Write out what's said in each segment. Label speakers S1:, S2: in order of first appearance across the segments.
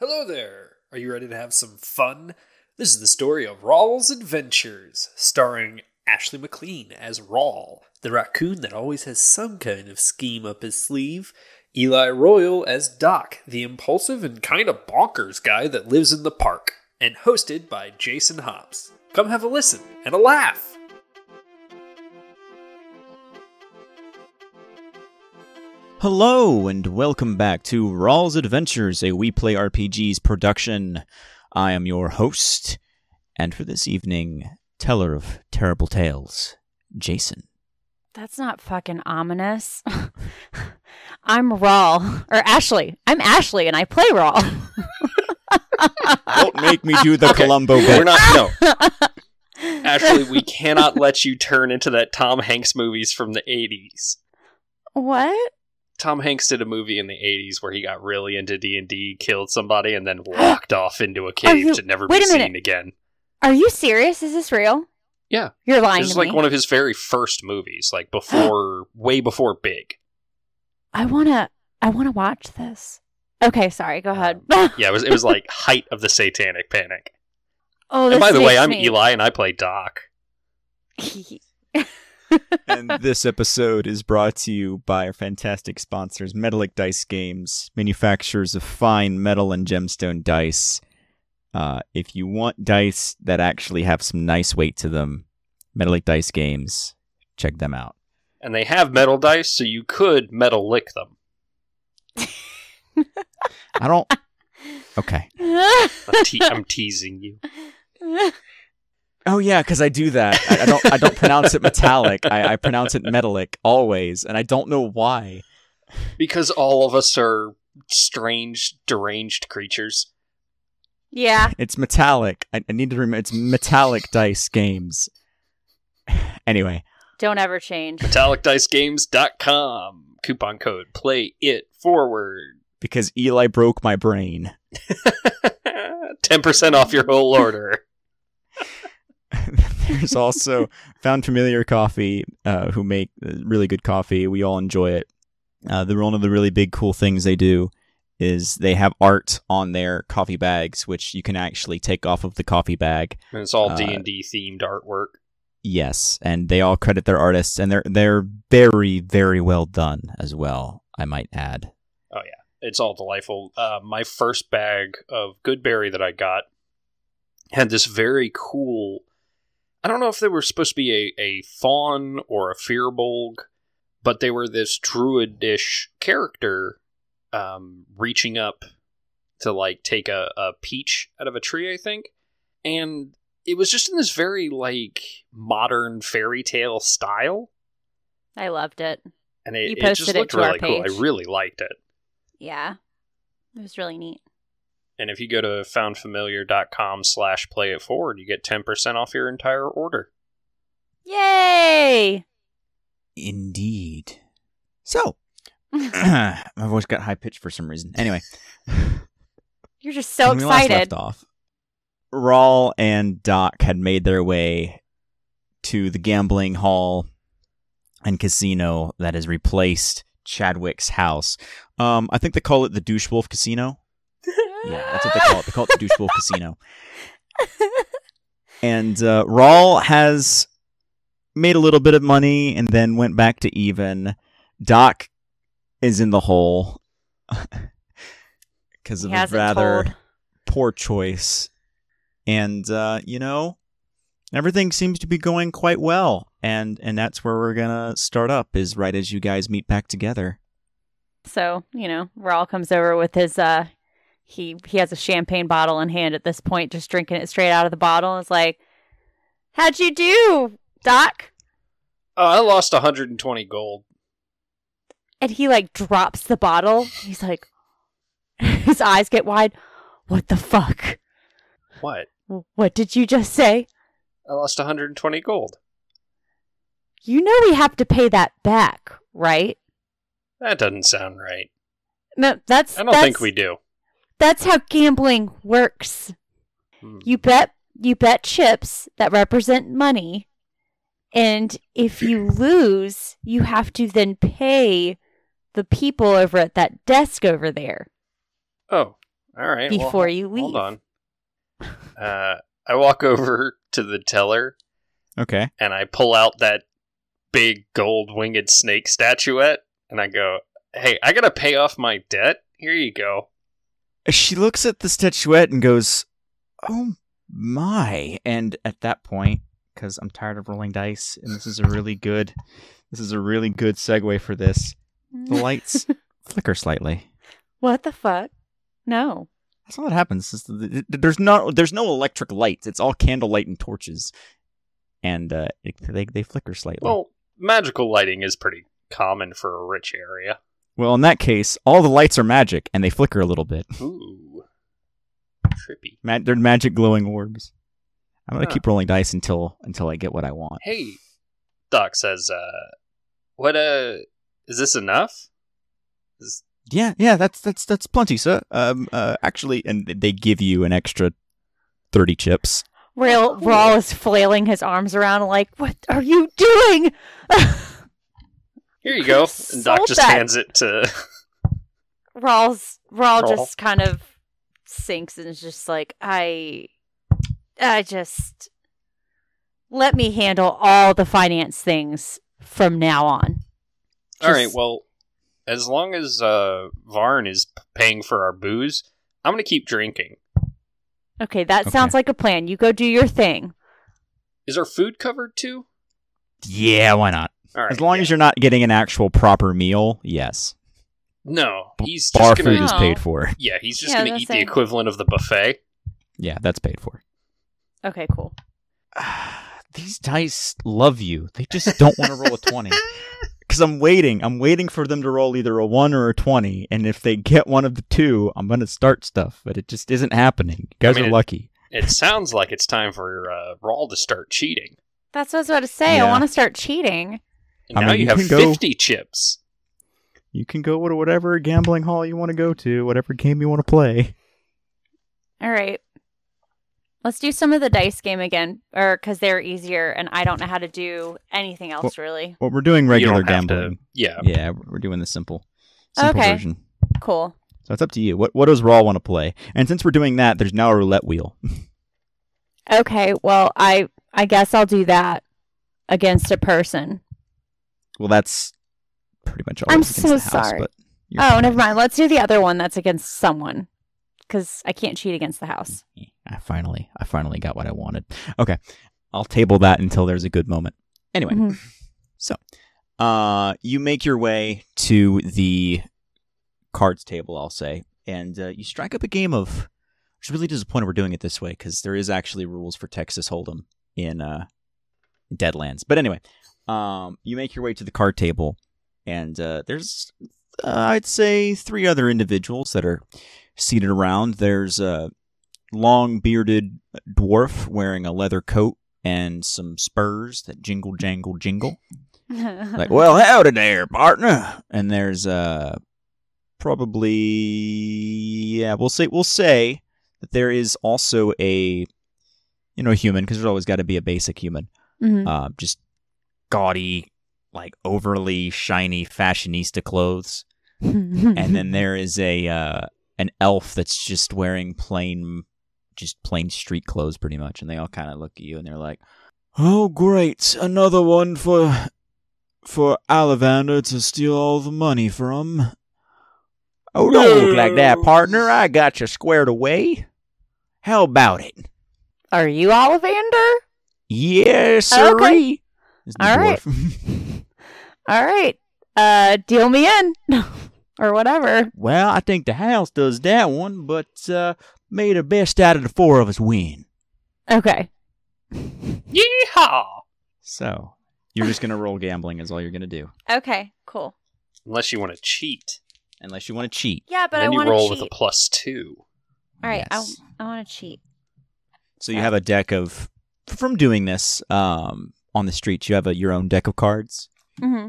S1: Hello there! Are you ready to have some fun? This is the story of Rawl's Adventures, starring Ashley McLean as Rawl, the raccoon that always has some kind of scheme up his sleeve, Eli Royal as Doc, the impulsive and kind of bonkers guy that lives in the park, and hosted by Jason Hobbs. Come have a listen and a laugh!
S2: Hello, and welcome back to Rawls Adventures, a We Play RPGs production. I am your host, and for this evening, teller of terrible tales, Jason.
S3: That's not fucking ominous. I'm Rawl. Or Ashley. I'm Ashley and I play Rawl.
S2: Don't make me do the Columbo
S4: We're not. No,
S1: Ashley, we cannot let you turn into that Tom Hanks movies from the 80s.
S3: What?
S1: Tom Hanks did a movie in the '80s where he got really into D and D, killed somebody, and then locked off into a cave
S3: you-
S1: to never
S3: wait
S1: be
S3: a minute.
S1: seen again.
S3: Are you serious? Is this real?
S1: Yeah.
S3: You're lying
S1: This is
S3: to
S1: like
S3: me.
S1: one of his very first movies, like before, way before Big.
S3: I wanna I wanna watch this. Okay, sorry, go ahead.
S1: Yeah, it was it was like height of the Satanic Panic.
S3: oh,
S1: and by
S3: this
S1: the way,
S3: makes
S1: I'm
S3: me-
S1: Eli, and I play Doc.
S2: and this episode is brought to you by our fantastic sponsors, Metalic Dice Games, manufacturers of fine metal and gemstone dice. Uh, if you want dice that actually have some nice weight to them, Metalic Dice Games, check them out.
S1: And they have metal dice, so you could metal lick them.
S2: I don't. Okay.
S1: I'm, te- I'm teasing you.
S2: Oh yeah, because I do that. I, I don't. I don't pronounce it metallic. I, I pronounce it metalic always, and I don't know why.
S1: Because all of us are strange, deranged creatures.
S3: yeah.
S2: It's metallic. I, I need to remember. It's metallic dice games. Anyway,
S3: Don't ever change.
S1: MetallicDiceGames.com. Coupon code play it forward.
S2: because Eli broke my brain.
S1: Ten percent off your whole order.
S2: There's also Found Familiar Coffee, uh, who make uh, really good coffee. We all enjoy it. Uh, the one of the really big cool things they do is they have art on their coffee bags, which you can actually take off of the coffee bag
S1: And it's all
S2: Uh,
S1: D and D themed artwork.
S2: Yes, and they all credit their artists, and they're they're very very well done as well. I might add.
S1: It's all delightful. Uh, my first bag of Goodberry that I got had this very cool. I don't know if they were supposed to be a, a fawn or a firbolg, but they were this druidish character um, reaching up to like take a, a peach out of a tree, I think. And it was just in this very like modern fairy tale style.
S3: I loved it.
S1: and it,
S3: You
S1: it just
S3: posted it
S1: looked
S3: to our
S1: really cool.
S3: page.
S1: I really liked it.
S3: Yeah. It was really neat.
S1: And if you go to foundfamiliar.com slash play it forward, you get 10% off your entire order.
S3: Yay!
S2: Indeed. So, my voice got high pitched for some reason. Anyway,
S3: You're just so
S2: when we last
S3: excited.
S2: left off. Rawl and Doc had made their way to the gambling hall and casino that has replaced Chadwick's house. Um, I think they call it the Douche Wolf Casino.
S3: Ah.
S2: Yeah, that's what they call it. They call it the Douche Wolf Casino. And uh, Rawl has made a little bit of money and then went back to even. Doc is in the hole because of
S3: He
S2: his
S3: hasn't
S2: rather
S3: told.
S2: poor choice. And uh, you know, everything seems to be going quite well. And and that's where we're gonna start up is right as you guys meet back together.
S3: So, you know, Rawl comes over with his uh he he has a champagne bottle in hand at this point, just drinking it straight out of the bottle and is like, How'd you do, Doc?
S1: Oh, I lost 120 gold.
S3: And he like drops the bottle. He's like his eyes get wide. What the fuck?
S1: What?
S3: What did you just say?
S1: I lost 120 gold.
S3: You know we have to pay that back, right?
S1: That doesn't sound right.
S3: No, that's
S1: I don't
S3: that's,
S1: think we do.
S3: That's how gambling works.
S1: Hmm.
S3: You bet you bet chips that represent money. And if you lose, you have to then pay the people over at that desk over there.
S1: Oh, All right. well,
S3: before you leave.
S1: Hold on. Uh, I walk over to the teller
S2: Okay.
S1: and I pull out that big gold winged snake statuette and I go, "Hey, I gotta pay off my debt. Here you go."
S2: She looks at the statuette and goes, "Oh my!" And at that point, because I'm tired of rolling dice, and this is a really good, this is a really good segue for this. The lights flicker slightly.
S3: What the fuck? No.
S2: That's all that happens. It's- th- th- There's not, there's no electric lights. It's all candlelight and torches, and uh, it, they they flicker slightly.
S1: Well, magical lighting is pretty common for a rich area.
S2: well, in that case, all the lights are magic, and they flicker a little bit.
S1: Ooh, trippy.
S2: Ma- they're magic glowing orbs. I'm gonna
S1: Huh.
S2: keep rolling dice until until I get what I want.
S1: Hey, Doc says, uh, "What? Uh, is this enough?" Is-
S2: Yeah, yeah, that's that's that's plenty, sir. Um, uh, actually, and they give you an extra thirty chips.
S3: Rail Rawl is flailing his arms around like, What are you doing?
S1: Here you go. And Doc
S3: Sold
S1: just
S3: that.
S1: hands it to.
S3: Rawl's Rawl
S1: Rawl.
S3: just kind of sinks and is just like, I I just let me handle all the finance things from now on.
S1: All right.
S3: Just-
S1: Well, as long as uh, Varn is p- paying for our booze, I'm gonna keep drinking.
S3: Okay, that
S2: Okay.
S3: sounds like a plan. You go do your thing.
S1: Is our food covered too?
S2: Yeah, why not?
S1: All right.
S2: As long as you're not getting an actual proper meal, yes.
S1: no, he's
S2: Bar
S1: just
S2: food
S1: gonna.
S2: is paid for.
S1: Yeah, he's just
S3: Yeah,
S1: gonna
S3: that's
S1: eat the
S3: it.
S1: equivalent of the buffet.
S2: Yeah, that's paid for.
S3: Okay, cool.
S2: These dice love you. They just don't want to roll a twenty. Because I'm waiting. I'm waiting for them to roll either a one or a twenty. And if they get one of the two, I'm gonna start stuff. But it just isn't happening. You guys
S1: mean,
S2: are
S1: it-
S2: lucky.
S1: It sounds like it's time for uh, Rawl to start cheating.
S3: That's what I was about to say. I
S2: Yeah.
S3: want to start cheating.
S1: And
S2: I
S1: now
S2: mean,
S1: you
S2: you
S1: have
S2: can go-
S1: 50 chips.
S2: You can go to whatever gambling hall you want to go to, whatever game you want to play.
S3: All right. Let's do some of the dice game again, or because they're easier, and I don't know how to do anything else really.
S2: Well, we're doing
S1: You
S2: regular
S1: don't have to-
S2: gambling.
S1: yeah.
S2: Yeah, we're doing the simple, simple
S3: Okay.
S2: version.
S3: Cool.
S2: So it's up to you. What what does Raw want to play? And since we're doing that, there's now a roulette wheel.
S3: Okay. Well, I I guess I'll do that against a person.
S2: Well, that's pretty much all.
S3: I'm
S2: that's against
S3: so
S2: the house,
S3: sorry.
S2: But you're
S3: Oh,
S2: fine.
S3: never mind. Let's do the other one that's against someone, because I can't cheat against the house.
S2: I finally, I finally got what I wanted. Okay, I'll table that until there's a good moment. Anyway,
S3: Mhm.
S2: so uh, you make your way to the cards table, I'll say, and uh, you strike up a game of. I was really disappointed we're doing it this way because there is actually rules for Texas Hold'em in uh, Deadlands. But anyway, um, you make your way to the card table, and uh, there's, uh, I'd say, three other individuals that are seated around. There's uh, long bearded dwarf wearing a leather coat and some spurs that jingle jangle jingle like well howdy there partner and there's uh probably yeah we'll say we'll say that there is also a you know human because there's always got to be a basic human
S3: Mhm.
S2: uh, just gaudy like overly shiny fashionista clothes
S3: Mm-hmm.
S2: and then there is a uh, an elf that's just wearing plain just plain street clothes pretty much and they all kind of look at you and they're like oh great another one for for Alivander to steal all the money from oh don't look like that
S1: No.
S2: partner i got you squared away how about it
S3: are you Ollivander?
S2: yes sir
S3: Okay. All right.
S2: right
S3: All right. Uh, deal me in, or whatever.
S2: well i think the house does that one but uh may the best out of the four of us win
S3: Okay.
S1: Yeehaw!
S2: So you're just gonna roll gambling is all you're gonna do,
S3: Okay. Cool.
S1: Unless you want to cheat.
S2: unless you want to cheat.
S3: Yeah, but
S1: then
S3: I
S1: you
S3: want
S1: roll
S3: to cheat.
S1: with a plus two.
S3: All right,
S2: Yes.
S3: I want to cheat.
S2: So you have a deck of from doing this um, on the streets. You have a, your own deck of cards.
S3: hmm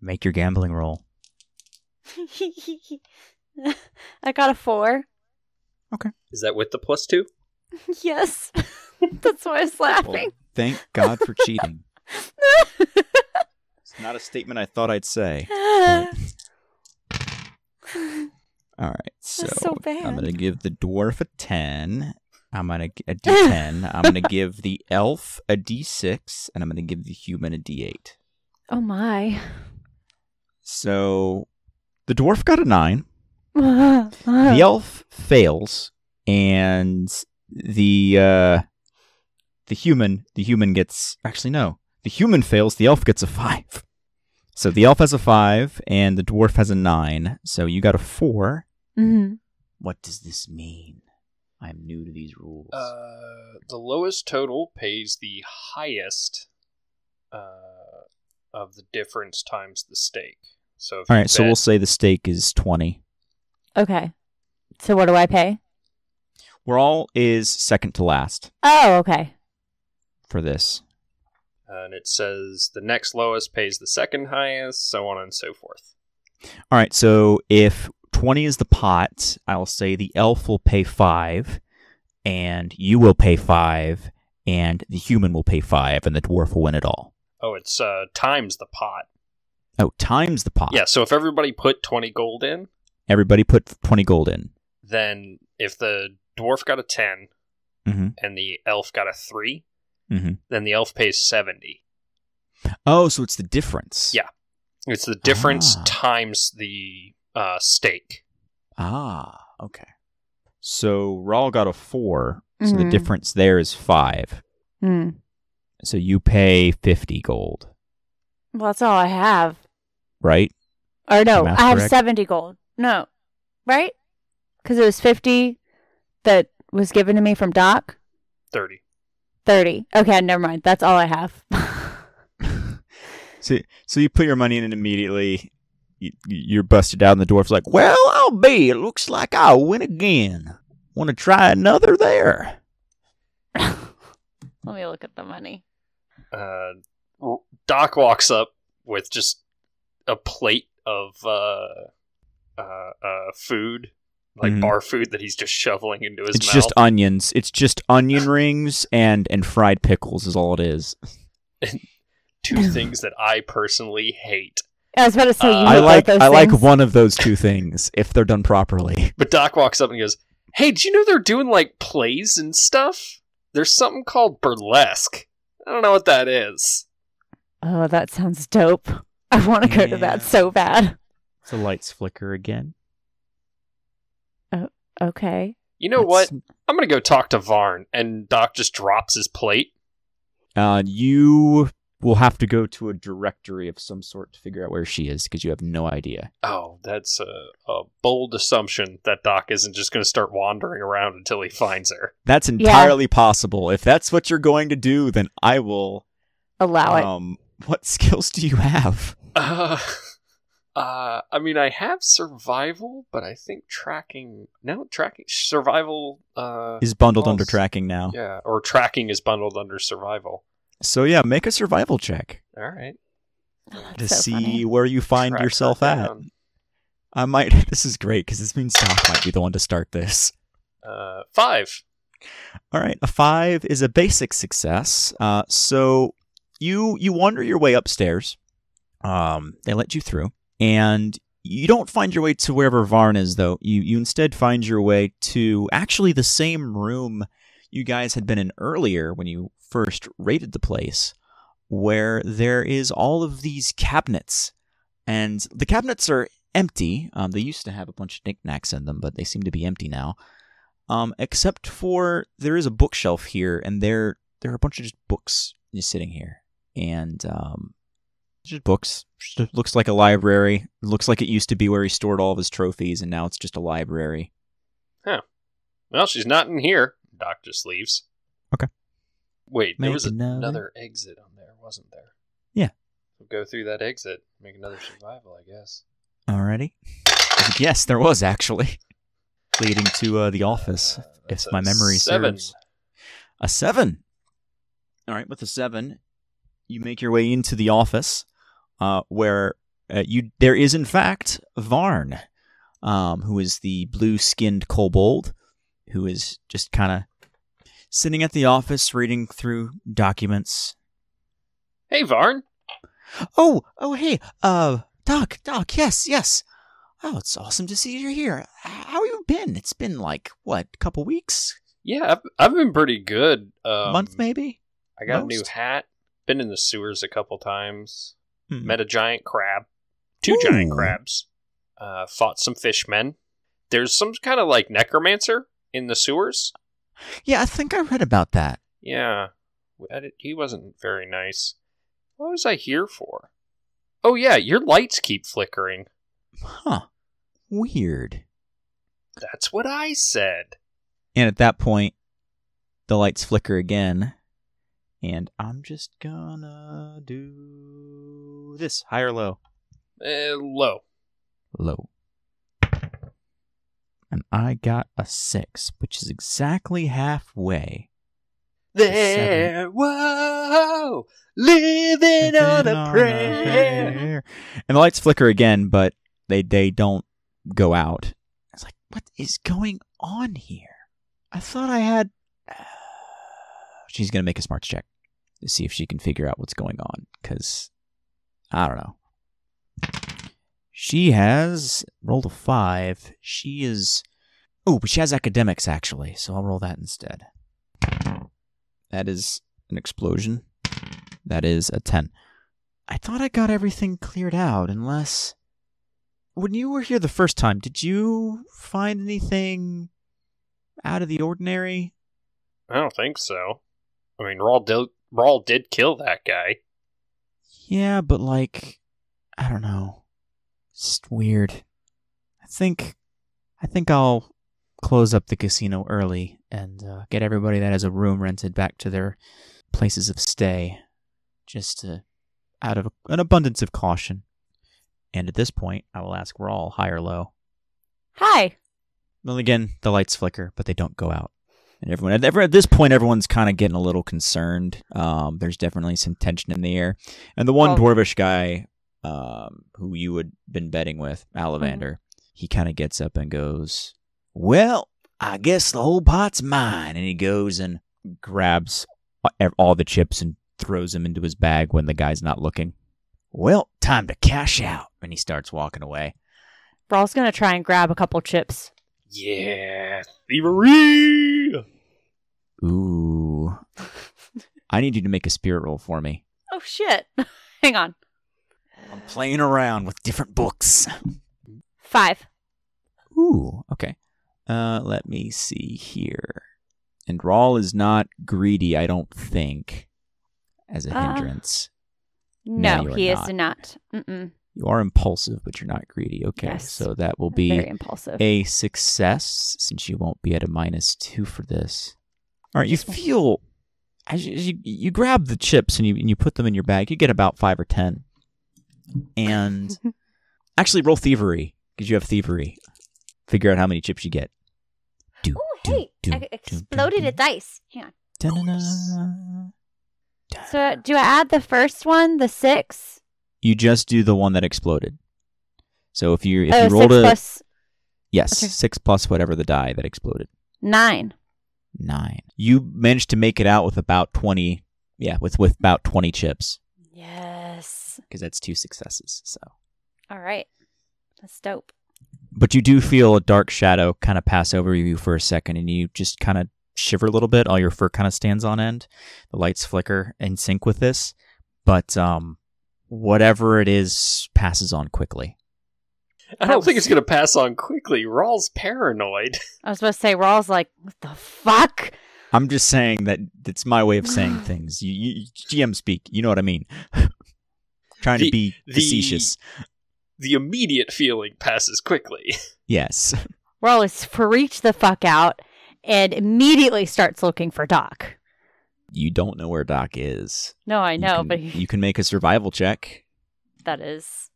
S2: Make your gambling roll.
S3: I got a four.
S1: Is that with the plus two?
S3: Yes, that's why I was laughing.
S2: thank God for cheating. It's not a statement I thought I'd say. All right, so,
S3: That's so bad.
S2: I'm gonna give the dwarf a ten. I'm gonna g- a d10. I'm gonna give the elf a d6, and I'm gonna give the human a d8.
S3: Oh my.
S2: So the dwarf got a nine. The
S3: the
S2: elf fails, and the uh, the human the human gets actually no. The human fails. The elf gets a five. So the elf has a five, and the dwarf has a nine. So you got a four.
S3: Mm-hmm.
S2: What does this mean? I'm new to these rules.
S1: Uh, the lowest total pays the highest uh, of the difference times the stake. So if
S2: All
S1: you
S2: right, so
S1: bet-
S2: we'll say the stake is 20.
S3: Okay. So what do I pay?
S2: We're all is second to last
S3: Oh, okay.
S2: for this.
S1: and it says the next lowest pays the second highest, so on and so forth.
S2: All right, so if 20 is the pot, I'll say the elf will pay 5 and you will pay 5 and the human will pay 5 and the dwarf will win it all.
S1: Oh, it's uh, times the pot.
S2: Oh, times the pot.
S1: Yeah, so if everybody put 20 gold in,
S2: Everybody put 20 gold in.
S1: then if the dwarf got a 10
S2: Mhm.
S1: and the elf got a 3,
S2: Mhm.
S1: then the elf pays 70.
S2: Oh, so it's the difference.
S1: Yeah. It's the difference
S2: Ah.
S1: times the uh, stake.
S2: Ah, okay. So Rawl got a 4, so the
S3: Mhm.
S2: difference there is 5.
S3: Hmm.
S2: So you pay 50 gold,
S3: Well, that's all I have.
S2: right?
S3: Or no,
S2: Math
S3: I have
S2: correct?
S3: 70 gold. No. Right? Cuz it was 50 that was given to me from Doc.
S1: 30.
S3: 30. Okay, never mind. That's all I have.
S2: So, so you put your money in and immediately you, you're busted out, and the dwarf's like, Well, I'll be. It looks like I'll win again. Want to try another there?
S3: Let me look at the money.
S1: Uh, Doc walks up with just a plate of uh, uh, uh, food, like
S2: Mhm.
S1: bar food that he's just shoveling into his
S2: it's
S1: mouth.
S2: just onions. It's just onion rings and, and fried pickles, is all it is.
S1: Two things that I personally hate.
S3: I was about to say you hate
S1: Uh,
S2: I
S3: both
S2: like I
S3: those
S2: like
S3: things.
S2: one of those two things if they're done properly.
S1: But Doc walks up and goes, Hey, do you know they're doing like plays and stuff? There's something called burlesque. I don't know what that is.
S3: Oh, that sounds dope. I want to go to
S2: Yeah.
S3: that so bad.
S2: The lights flicker again.
S3: Okay.
S1: You know what? I'm going to go talk to Varn. And Doc just drops his plate.
S2: Uh, you will have to go to a directory of some sort to figure out where she is because you have no idea.
S1: Oh, that's a, a bold assumption that Doc isn't just going to start wandering around until he finds her.
S2: That's entirely possible. If that's what you're going to do, then I will.
S3: Allow it.
S2: um, what skills do you have?
S1: Uh, uh, I mean, I have survival, but I think tracking. No, tracking. Survival. Uh,
S2: Is bundled
S1: Oh,
S2: under
S1: s-
S2: tracking now.
S1: yeah, or tracking is bundled under survival.
S2: So yeah, make a survival check
S1: All right.
S3: Oh, that's
S2: to
S3: so
S2: see
S3: funny.
S2: where you find
S1: Track her
S2: yourself at.
S1: down.
S2: I might. This is great because this means Doc might be the one to start this.
S1: Uh, five.
S2: All right, a five is a basic success. Uh, so you you wander your way upstairs. Um, they let you through, and you don't find your way to wherever Varn is, though. You you instead find your way to actually the same room you guys had been in earlier when you first raided the place, where there is all of these cabinets, and the cabinets are empty. Um, they used to have a bunch of knickknacks in them, but they seem to be empty now um, except for there is a bookshelf here, and there there are a bunch of just books just sitting here, and um, just books. Just looks like a library. Looks like it used to be where he stored all of his trophies, and now it's just a library.
S1: Well, she's not in here. Doc just leaves.
S2: Okay.
S1: Wait, there
S2: Make
S1: was
S2: another-
S1: another exit on there, wasn't there?
S2: Yeah.
S1: We'll go through that exit, make another survival, I guess.
S2: Alrighty. Yes, there was actually leading to uh, the office,
S1: Uh,
S2: if
S1: that's a
S2: my memory
S1: seven.
S2: serves. A seven. All right, with a seven, you make your way into the office, uh, where uh, you there is in fact Varn, um, who is the blue-skinned kobold, who is just kind of sitting at the office reading through documents.
S1: Hey, Varn.
S2: Oh, oh, hey, uh, Doc, Doc, yes, yes. "Oh, it's awesome to see you're here. H- How you been? It's been like what, a couple weeks,
S1: Yeah, I've, I've been pretty good. Um,
S2: a month maybe?"
S1: I got a new
S2: most?
S1: hat. Been in the sewers a couple times.
S2: Hmm.
S1: Met a giant crab. Two giant
S2: Ooh.
S1: crabs. Uh, fought some fishmen. There's some kind of like necromancer in the sewers.
S2: Yeah, I think I read about that.
S1: Yeah. I did- he wasn't very nice. What was I here for? Oh, yeah, your lights keep flickering.
S2: Huh. Weird.
S1: That's what I said.
S2: And at that point, the lights flicker again. And I'm just gonna do this high or low?
S1: Uh, low.
S2: Low. And I got a six, which is exactly halfway.
S1: There, whoa, living on a prayer.
S2: And the lights flicker again, but they, they don't go out. It's like, what is going on here? I thought I had. She's going to make a smarts check to see if she can figure out what's going on, because I don't know. She has rolled a five. She is. Oh, but she has academics, actually, so I'll roll that instead. That is an explosion. That is a 10. I thought I got everything cleared out, unless. When you were here the first time, did you find anything out of the ordinary?
S1: I don't think so. I mean, Rawl did, Rawl did kill that guy.
S2: Yeah, but like, I don't know. It's just weird. I think, I think I'll close up the casino early and uh, get everybody that has a room rented back to their places of stay, just to, out of an abundance of caution. And at this point, I will ask Rawl high or low.
S3: Hi.
S2: Well, again, the lights flicker, but they don't go out. And everyone, at, ever, at this point, everyone's kind of getting a little concerned. Um, there's definitely some tension in the air. And the one
S3: Oh.
S2: dwarvish guy um, who you had been betting with, Alivander, he kind of gets up and goes, Well, I guess the whole pot's mine. And he goes and grabs a- all the chips and throws them into his bag when the guy's not looking. Well, time to cash out. And he starts walking away.
S3: Rawl's gonna try and grab a couple chips.
S1: Yeah, thievery!
S2: Ooh. I need you to make a spirit roll for me.
S3: Oh shit. Hang on.
S2: I'm playing around with different books.
S3: Five.
S2: Ooh, okay. Uh, let me see here. And Rawl is not greedy, I don't think, as a
S3: Uh,
S2: hindrance.
S3: No,
S2: you are
S3: he
S2: not.
S3: is not. Mm-mm.
S2: You are impulsive, but you're not greedy. Okay,
S3: Yes.
S2: so that will be
S3: Very impulsive.
S2: a success since you won't be at a minus two for this. All right, you feel as you, as you, you grab the chips and you, and you put them in your bag, you get about five or ten. And actually, roll thievery because you have thievery. Figure out how many chips you get. Do,
S3: Oh,
S2: do, do, do, do, do.
S3: dice. Hang on.
S2: Da-na-na.
S3: So do I add the first one, the six?
S2: You just do the one that exploded. So if you if
S3: Oh,
S2: you
S3: six
S2: rolled a
S3: plus
S2: yes
S3: okay.
S2: six plus whatever the die that exploded.
S3: nine.
S2: nine. You managed to make it out with about twenty. Yeah, with with about twenty chips
S3: Yes.
S2: because that's two successes. So,
S3: All right. That's dope.
S2: but you do feel a dark shadow kind of pass over you for a second, and you just kind of shiver a little bit. All your fur kind of stands on end. The lights flicker in sync with this, but um, whatever it is passes on quickly.
S1: I don't think it's going to pass on quickly. Rawl's paranoid.
S3: I was supposed to say Rawl's like, what the fuck?
S2: I'm just saying that it's my way of saying things. You, you GM speak. You know what I mean. Trying
S1: The-
S2: to be
S1: the-
S2: facetious.
S1: The immediate feeling passes quickly.
S2: Yes.
S3: Rawl is freaked the fuck out and immediately starts looking for Doc.
S2: you don't know where Doc is.
S3: No, I
S2: You
S3: know,
S2: can-
S3: but he,
S2: you can make a survival check.
S3: that is.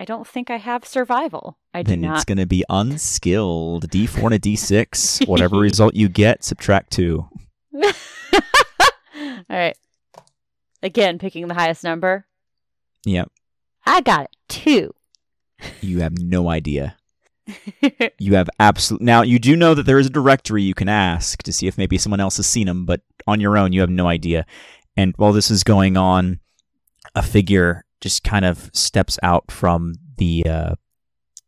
S3: I don't think I have survival. I do
S2: then
S3: not.
S2: it's going to be unskilled. D4 and a D6. Whatever result you get, subtract two.
S3: All right. Again, picking the highest number.
S2: Yep.
S3: I got it. Two.
S2: You have no idea. You have absolute. Now you do know that there is a directory you can ask to see if maybe someone else has seen them, but on your own you have no idea. And while this is going on, a figure just kind of steps out from the uh,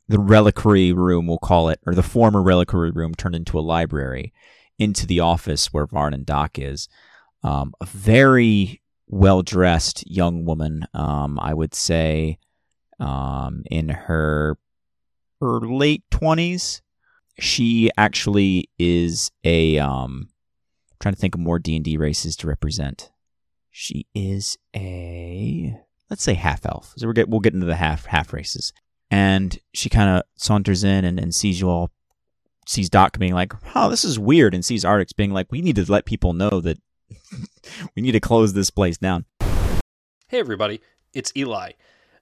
S2: the reliquary room, we'll call it, or the former reliquary room turned into a library, into the office where Varn and Doc is. Um, a very well dressed young woman, um, I would say, um, in her her late twenties. She actually is a um, trying to think of more D and D races to represent. She is a let's say half elf. So we'll get we'll get into the half half races. And she kind of saunters in and, and sees you all, sees Doc being like, "Oh, this is weird," and sees Artix being like, "We need to let people know that we need to close this place down."
S1: Hey, everybody, it's Eli.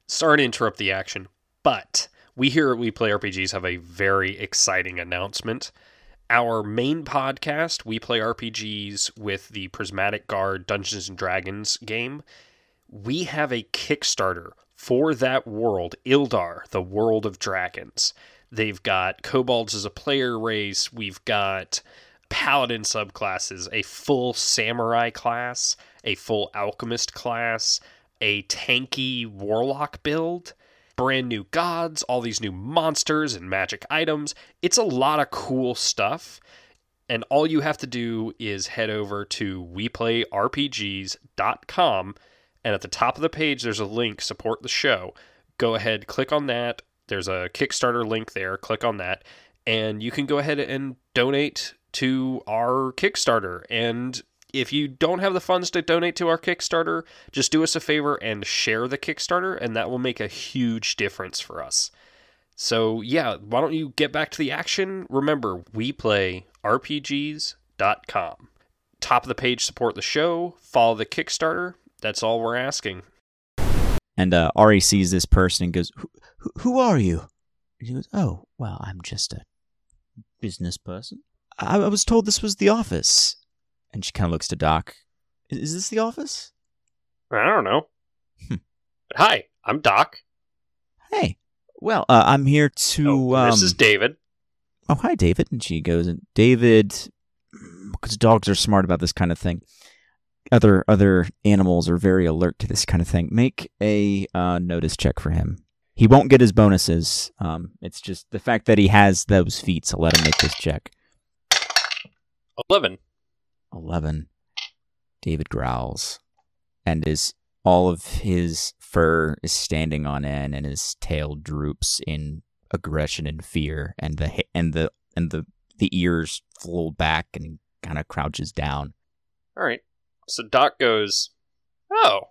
S1: Sorry to interrupt the action, but we here at We Play RPGs have a very exciting announcement. Our main podcast, We Play RPGs with the Prismatic Guard Dungeons and Dragons game, we have a Kickstarter for that world, Ildar, the world of dragons. They've got kobolds as a player race, we've got paladin subclasses, a full samurai class, a full alchemist class, a tanky warlock build, brand new gods, all these new monsters and magic items. It's a lot of cool stuff. And all you have to do is head over to weplayrpgs.com. And at the top of the page, there's a link support the show. Go ahead, click on that. There's a Kickstarter link there. Click on that. And you can go ahead and donate to our Kickstarter. And if you don't have the funds to donate to our Kickstarter, just do us a favor and share the Kickstarter, and that will make a huge difference for us. So, yeah, why don't you get back to the action? Remember, we play RPGs.com. Top of the page, support the show, follow the Kickstarter. That's all we're asking.
S2: And uh, Ari sees this person and goes, "Who, who, who are you?" And she goes, "Oh, well, I'm just a business person. I, I was told this was the office." And she kind of looks to Doc. "Is- "Is this the office?"
S1: I don't know.
S2: Hmm.
S1: But hi, I'm Doc.
S2: Hey, well, uh, I'm here to.
S1: Oh,
S2: um,
S1: this is David.
S2: oh hi david and she goes and david because dogs are smart about this kind of thing other other animals are very alert to this kind of thing make a uh, notice check for him he won't get his bonuses um, it's just the fact that he has those feats will let him make this check
S1: 11.
S2: 11 david growls and is all of his fur is standing on end and his tail droops in aggression and fear and the he- and the and the the ears fold back and kind of crouches down
S1: All right. So Doc goes, Oh.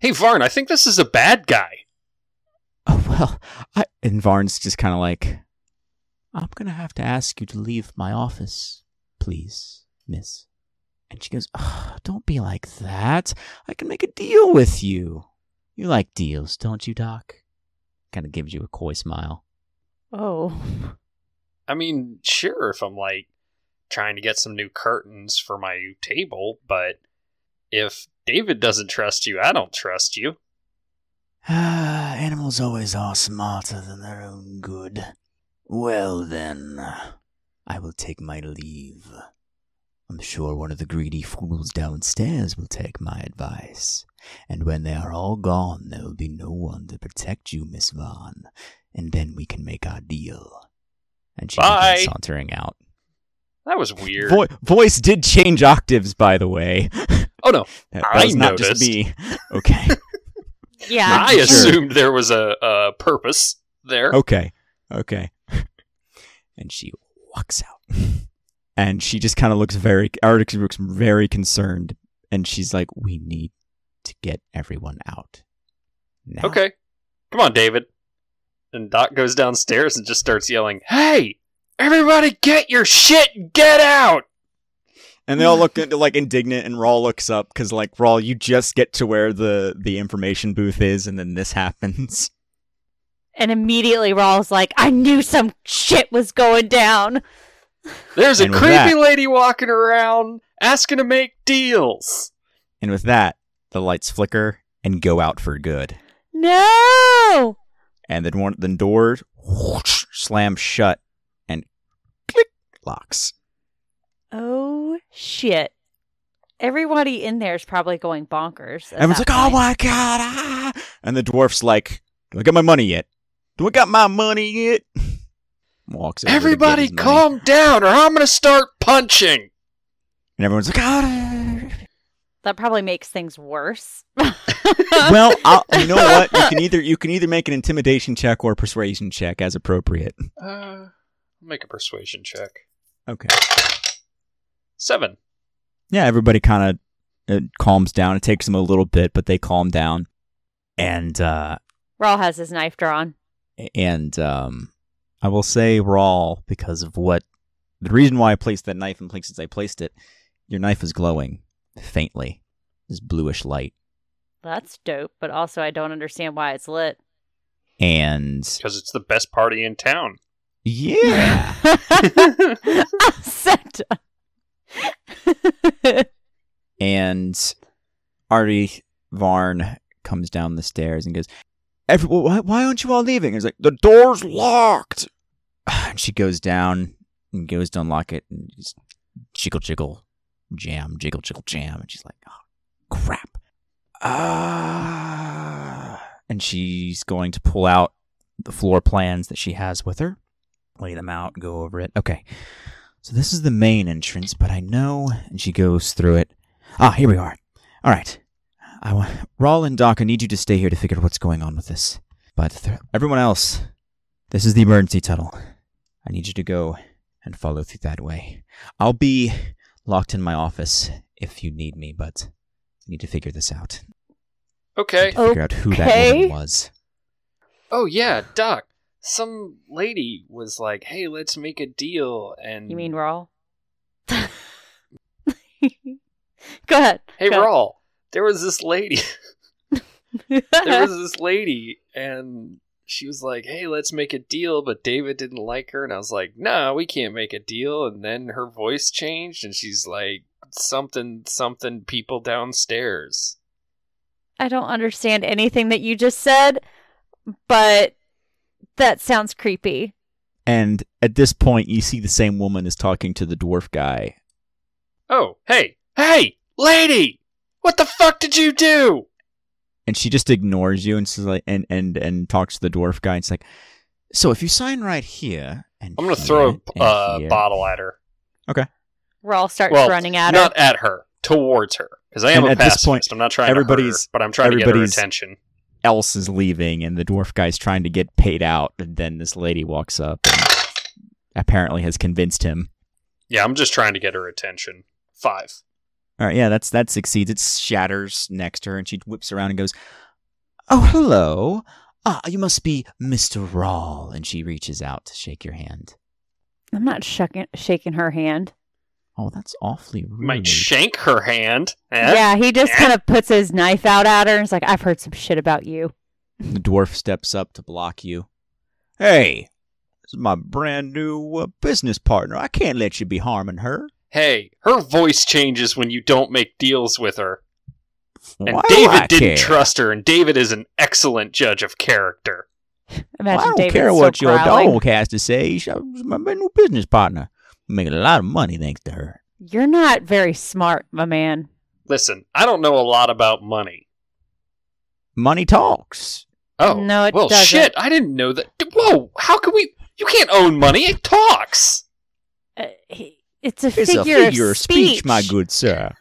S1: Hey, Varn, I think this is a bad guy.
S2: oh well I, and varn's just kind of like i'm gonna have to ask you to leave my office please miss and she goes oh, don't be like that i can make a deal with you you like deals don't you doc kind of gives you a coy smile
S3: Oh.
S1: I mean, sure, if I'm like trying to get some new curtains for my table, but if David doesn't trust you, I don't trust you.
S2: Ah, animals always are smarter than their own good. Well, then, I will take my leave. I'm sure one of the greedy fools downstairs will take my advice. And when they are all gone, there will be no one to protect you, Miss Vaughn. And then we can make our deal. And she
S1: Bye.
S2: begins sauntering out.
S1: That was weird.
S2: voice did change octaves, by the way.
S1: oh no,
S2: That,
S1: I was not just noticed.
S2: me. Okay.
S3: Yeah.
S1: I
S2: sure.
S1: assumed there was a, a purpose there.
S2: Okay. Okay. and she walks out. and she just kind of looks very Arctic looks very concerned and she's like, We need to get everyone out. Now.
S1: Okay. Come on, David. And Doc goes downstairs and just starts yelling, Hey! Everybody get your shit and get out!
S2: And they all look into, like indignant and Rawl looks up because like Rawl, you just get to where the the information booth is and then this happens.
S3: And immediately Rawls like, I knew some shit was going down.
S1: There's a
S2: And with
S1: creepy
S2: that-
S1: lady walking around asking to make deals.
S2: And with that, the lights flicker and go out for good.
S3: No.
S2: and then one the door whoosh, slams shut and click locks.
S3: Oh shit. Everybody in there is probably going bonkers. at
S2: Everyone's
S3: that
S2: like, "Oh
S3: point.
S2: my god!" Ah! And the dwarf's like, "Do I get my money yet?" Do I got my money yet? Walks over to get
S1: Everybody
S2: his money.
S1: calm down or I'm going to start punching.
S2: And everyone's like, ah.
S3: That probably makes things worse.
S2: "Ah, well, I'll, you know what? You can either you can either make an intimidation check or a persuasion check as appropriate.
S1: Uh, make a persuasion check.
S2: Okay.
S1: Seven.
S2: yeah, everybody kind of it calms down. It takes them a little bit, but they calm down, and uh,
S3: Rawl has his knife drawn.
S2: and um, I will say Rawl because of what the reason why I placed that knife in places I placed it. Your knife is glowing faintly, this bluish light,
S3: That's dope, but also I don't understand why it's lit.
S2: and
S1: Because it's the best party in town.
S2: yeah.
S3: I'm so done.
S2: and Artie Varn comes down the stairs and goes, Every- why, why aren't you all leaving? And he's like, The door's locked. And she goes down and goes to unlock it and just jiggle, jiggle, jam, jiggle, jiggle, jam. And she's like, Oh, crap. Ah. And she's going to pull out the floor plans that she has with her, lay them out, go over it. Okay. So this is the main entrance, but I know. And she goes through it. Ah, here we are. All right. I want Rawl and Doc. I need you to stay here to figure out what's going on with this. But th- everyone else, this is the emergency tunnel. I need you to go and follow through that way. I'll be locked in my office if you need me, but I need to figure this out. I
S1: Okay.
S2: need to figure out who that
S3: Okay.
S2: woman was.
S1: Oh yeah, Doc. Some lady was like, "Hey, let's make a deal." And
S3: you mean Rawl? Go ahead.
S1: "Hey,
S3: go.
S1: Rawl, there was this lady. there was this lady, and she was like, "Hey, let's make a deal." But David didn't like her, and I was like, "Nah, we can't make a deal." And then her voice changed, and she's like, "Something, something, people downstairs."
S3: I don't understand anything that you just said, but that sounds creepy.
S2: And at this point, you see the same woman is talking to the dwarf guy.
S1: Oh, hey, hey, lady, what the fuck did you do?
S2: and she just ignores you and says like and and and talks to the dwarf guy and it's like so if you sign right here and
S1: I'm gonna
S2: here
S1: throw a
S2: and
S1: uh,
S2: here-
S1: bottle at her.
S3: Rawl starts
S1: Well,
S3: running at her.
S1: not at her, towards her. Because I am
S2: And
S1: a
S2: at this
S1: pacifist.
S2: point,
S1: I'm not trying to hurt her,
S2: everybody's-
S1: but I'm trying to get her
S2: everybody's-
S1: attention.
S2: else is leaving and the dwarf guy's trying to get paid out and then this lady walks up and apparently has convinced him
S1: Yeah, I'm just trying to get her attention. Five.
S2: all right yeah that's that succeeds it shatters next to her and she whips around and goes oh hello ah you must be mr rawl and she reaches out to shake your hand
S3: I'm not shucking, shaking her hand.
S2: oh that's awfully rude
S1: Might shank her hand. Eh?
S3: Yeah, he just
S1: Eh?
S3: kind of puts his knife out at her and is like, I've heard some shit about you.
S2: The dwarf steps up to block you. Hey, this is my brand new uh, business partner. I can't let you be harming her.
S1: Hey, her voice changes when you don't make deals with her. And
S2: Why do I
S1: David didn't
S2: care?
S1: trust her, and David is an excellent judge of character.
S2: Well,
S3: Imagine
S2: I don't
S3: David
S2: care
S3: still
S2: what your
S3: growling.
S2: dog has to say. She's my brand new business partner. Making a lot of money thanks to her.
S3: You're not very smart, my man.
S1: Listen, I don't know a lot about money.
S2: Money talks.
S1: Oh,
S3: No, it
S1: well,
S3: doesn't.
S1: shit, I didn't know that. D- Whoa, how can we? You can't own money. It talks.
S3: Uh, he, it's a,
S2: It's
S3: figure,
S2: a figure
S3: of
S2: speech, my good sir.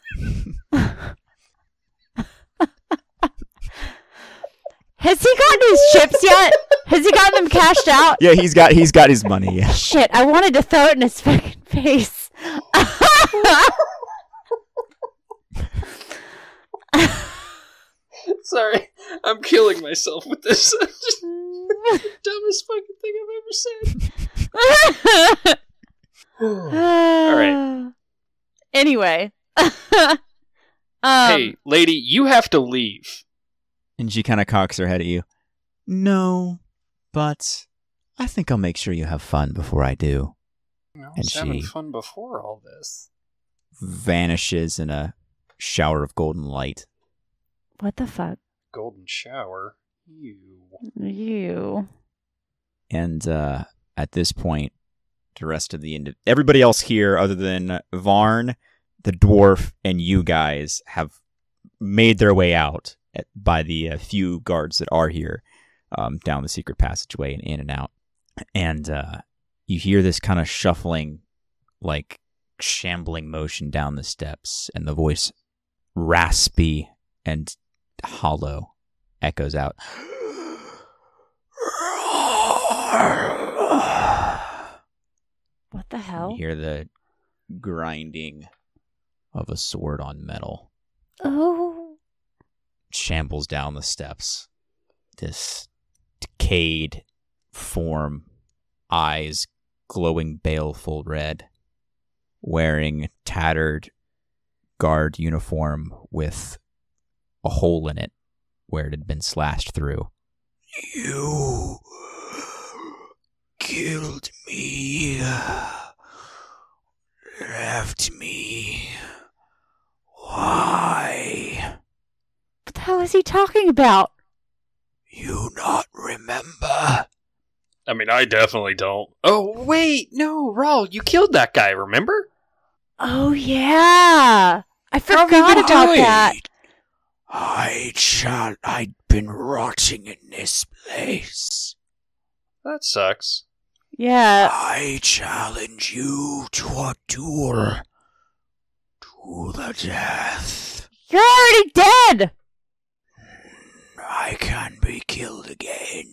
S3: Has he gotten his chips yet? Has he gotten them cashed out?
S2: Yeah, he's got he's got his money. Yeah.
S3: Shit, I wanted to throw it in his fucking face.
S1: Sorry, I'm killing myself with this. I'm just dumbest fucking thing I've ever said. right.
S3: Anyway. um,
S1: hey, lady, you have to leave.
S2: And she kind of cocks her head at you. No, but I think I'll make sure you have fun before I do.
S1: I
S2: And
S1: was having
S2: she-
S1: fun before all this.
S2: vanishes in a shower of golden light.
S3: What the fuck?
S1: Golden shower. You.
S3: You.
S2: And uh, at this point, the rest of the end, everybody else here, other than Varn, the dwarf, and you guys, have made their way out at, by the uh, few guards that are here. um, down the secret passageway and in and out. And uh, you hear this kind of shuffling, like shambling motion down the steps, and the voice, raspy and hollow, echoes out.
S3: What the hell?
S2: You hear the grinding of a sword on metal.
S3: Oh,
S2: shambles down the steps. This decayed form, eyes glowing baleful red, wearing tattered guard uniform with a hole in it where it had been slashed through. You killed me. Left me. Why?
S3: what the hell is he talking about?
S2: You not remember?
S1: I mean, I definitely don't. Oh, wait, no, Raul, you killed that guy, remember?
S3: Oh yeah, I forgot about that.
S2: I shall. I'd been rotting in this place.
S1: That sucks.
S3: Yeah,
S2: I challenge you to a duel. To the death.
S3: you're already dead.
S2: I can be killed again.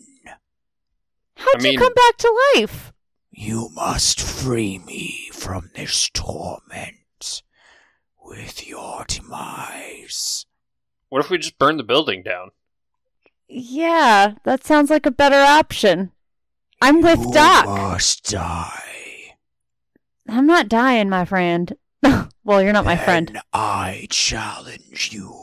S3: How'd
S1: I mean-
S3: you come back to life?
S2: You must free me from this torment with your demise.
S1: What if we just burn the building down?
S3: Yeah, that sounds like a better option. I'm with
S2: you
S3: Doc.
S2: must die.
S3: I'm not dying, my friend. well, you're not my friend.
S2: Then I challenge you.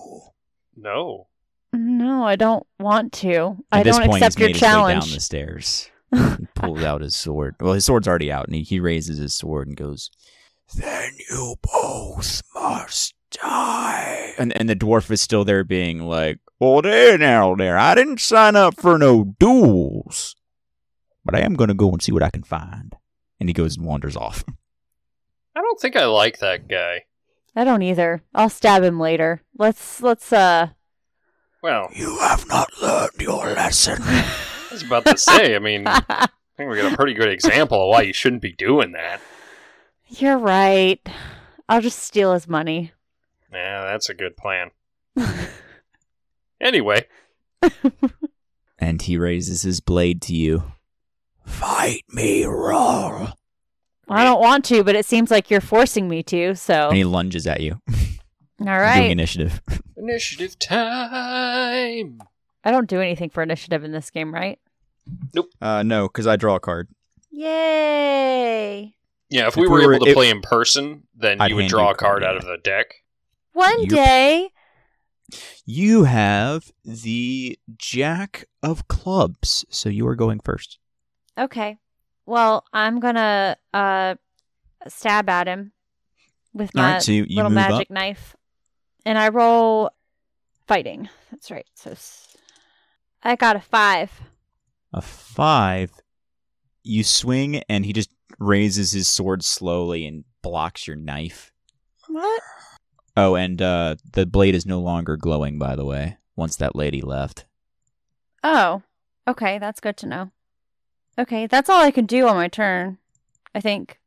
S1: No.
S3: No, I don't want to.
S2: At
S3: I
S2: this
S3: don't
S2: point,
S3: accept
S2: he's
S3: your
S2: made His way down
S3: challenge.
S2: the stairs. He pulls out his sword. Well, his sword's already out, and he, he raises his sword and goes, "Then you both must die." And and the dwarf is still there, being like, "Well, there now, there. I didn't sign up for no duels, but I am gonna go and see what I can find." And he goes and wanders off.
S1: I don't think I like that guy.
S3: I don't either. I'll stab him later. Let's let's uh
S1: Well,
S2: You have not learned your lesson.
S1: I was about to say, I mean, I think we got a pretty good example of why you shouldn't be doing that.
S3: You're right. I'll just steal his money.
S1: Yeah, that's a good plan. Anyway,
S2: and he raises his blade to you. Fight me, Rawl.
S3: I don't want to, but it seems like you're forcing me to, so
S2: And he lunges at you.
S3: all
S2: Doing
S3: right.
S2: initiative.
S1: initiative time.
S3: I don't do anything for initiative in this game, right?
S2: Uh, no, because I draw a card.
S3: Yay.
S1: Yeah, if
S2: If
S1: we
S2: we
S1: were,
S2: were-
S1: able to
S2: if-
S1: play in person, then
S2: I'd
S1: you would
S2: hand
S1: draw
S2: you
S1: a card
S2: card,
S1: out of the deck.
S3: One
S2: You're-
S3: day
S2: You have the Jack of Clubs, so you are going first.
S3: Okay. Well, I'm gonna uh stab at him with
S2: All
S3: my
S2: right, so you, you
S3: little
S2: move
S3: magic
S2: up.
S3: knife. And I roll fighting. That's right. So s- I got a five.
S2: A five. You swing, and he just raises his sword slowly and blocks your knife.
S3: What?
S2: Oh, and uh, the blade is no longer glowing, by the way, once that lady left.
S3: Oh. Okay, that's good to know. Okay, that's all I can do on my turn. I think.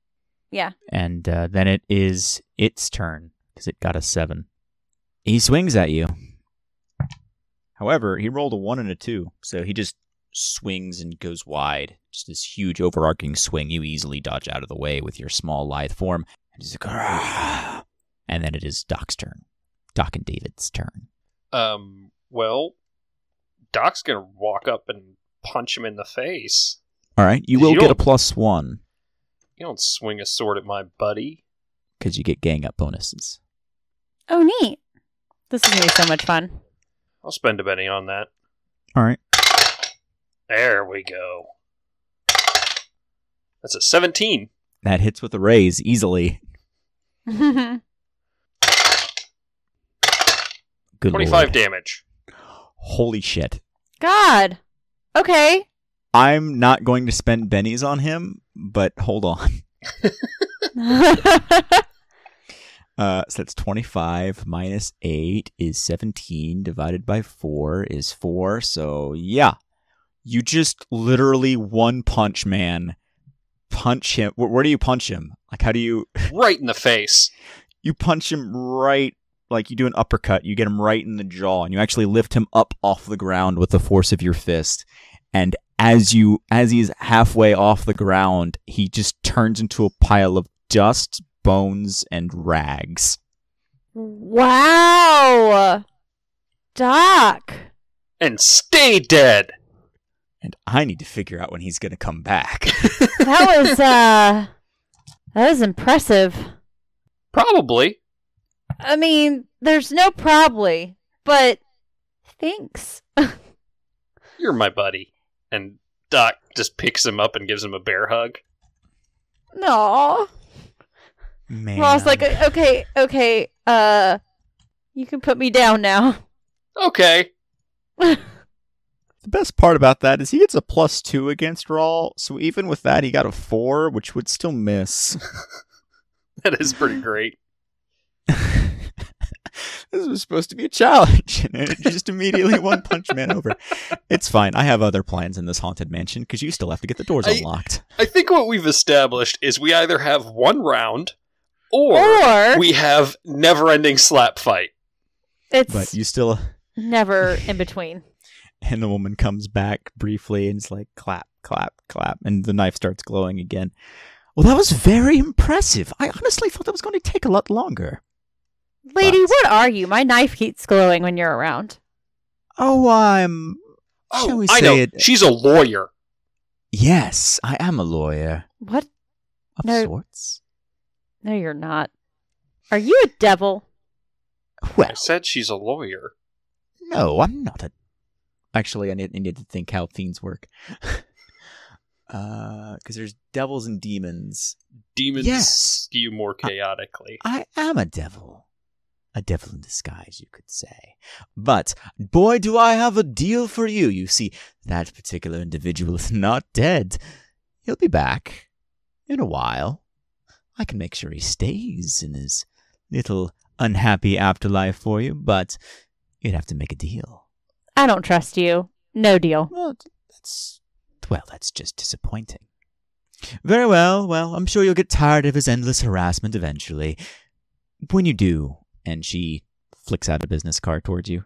S2: and uh, then it is its turn because it got a seven. He swings at you. However, he rolled a one and a two, so he just swings and goes wide. Just this huge overarching swing. You easily dodge out of the way with your small lithe form. And, just, and then it is Doc's turn. Doc and David's turn.
S1: Um, well, Doc's gonna walk up and punch him in the face.
S2: All right, you
S1: Did
S2: will
S1: you
S2: get a
S1: don't-
S2: plus one
S1: You don't swing a sword at my buddy.
S2: because you get gang up bonuses.
S3: Oh neat. This is gonna be so much fun.
S1: I'll spend a penny on that.
S2: All right,
S1: There we go. That's a 17.
S2: that hits with a raise easily. Good
S1: 25
S2: lord.
S1: damage.
S2: Holy shit.
S3: God. Okay.
S2: I'm not going to spend bennies on him, but hold on. Uh, so that's 25 minus 8 is 17 divided by 4 is 4. So yeah, you just literally one punch man punch him. Where, where do you punch him? Like, how do you
S1: right in the face.
S2: you punch him right like you do an uppercut you get him right in the jaw and you actually lift him up off the ground with the force of your fist and as you as he's halfway off the ground he just turns into a pile of dust bones and rags
S3: Wow. Doc.
S1: And stay dead.
S2: and i need to figure out when he's going to come back
S3: That was uh that was impressive.
S1: Probably.
S3: I mean, there's no probably, but thanks.
S1: You're my buddy. And Doc just picks him up and gives him a bear hug.
S3: No.
S2: man
S3: Ross like okay, okay, uh you can put me down now.
S1: Okay.
S2: The best part about that is he gets a plus two against Raw, so even with that, he got a four, which would still miss.
S1: That is pretty great.
S2: this was supposed to be a challenge, and it just immediately one punch man over. It's fine. I have other plans in this haunted mansion because you still have to get the doors
S1: I-
S2: unlocked.
S1: I think what we've established is we either have one round or,
S3: Or
S1: we have never ending slap fight.
S3: it's
S2: But you still,
S3: never in between.
S2: and the woman comes back briefly and is like, clap, clap, clap, and the knife starts glowing again. Well, that was very impressive. I honestly thought that was going to take a lot longer.
S3: Lady,
S2: But-
S3: what are you? My knife keeps glowing when you're around.
S2: Oh, I'm. Shall
S1: Oh,
S2: we
S1: I
S2: say
S1: know.
S2: it-
S1: She's a lawyer.
S2: Yes, I am a lawyer
S3: What?
S2: of
S3: No.
S2: sorts.
S3: No, you're not. Are you a devil?
S1: I
S2: Well,
S1: said she's a lawyer.
S2: no, I'm not a. Actually, I need, I need to think how fiends work. Because there's devils and demons.
S1: Demons
S2: Yes.
S1: skew more chaotically.
S2: I am a devil. A devil in disguise, you could say. But, boy, do I have a deal for you. You see, that particular individual is not dead. He'll be back in a while. I can make sure he stays in his little unhappy afterlife for you, but you'd have to make a deal.
S3: I don't trust you. No deal.
S2: Well, th- that's well, that's just disappointing. Very well. Well, I'm sure you'll get tired of his endless harassment eventually. When you do, and she flicks out a business card towards you.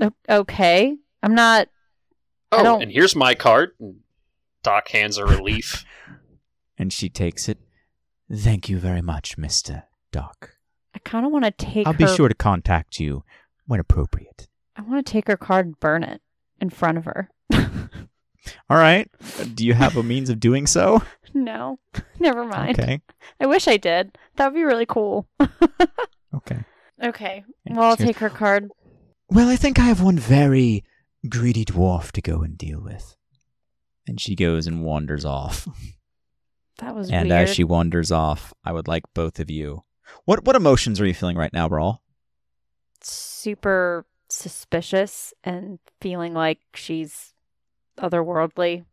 S3: O- okay. I'm not. I
S1: Oh,
S3: don't-
S1: and here's my card. And Doc hands her a leaf.
S2: And she takes it. Thank you very much, Mister Doc.
S3: I kind of want to take
S2: I'll
S3: her.
S2: be sure to contact you when appropriate.
S3: I want to take her card and burn it in front of her.
S2: All right. Do you have a means of doing so?
S3: No, never mind.
S2: Okay.
S3: I wish I did. That would be really cool.
S2: Okay.
S3: Okay.
S2: And
S3: Well, I'll
S2: she-
S3: take her card.
S2: Well, I think I have one very greedy dwarf to go and deal with. And she goes and wanders off.
S3: That was
S2: And
S3: weird.
S2: as she wanders off, I would like both of you. What what emotions are you feeling right now, Brawl?
S3: super suspicious and feeling like she's otherworldly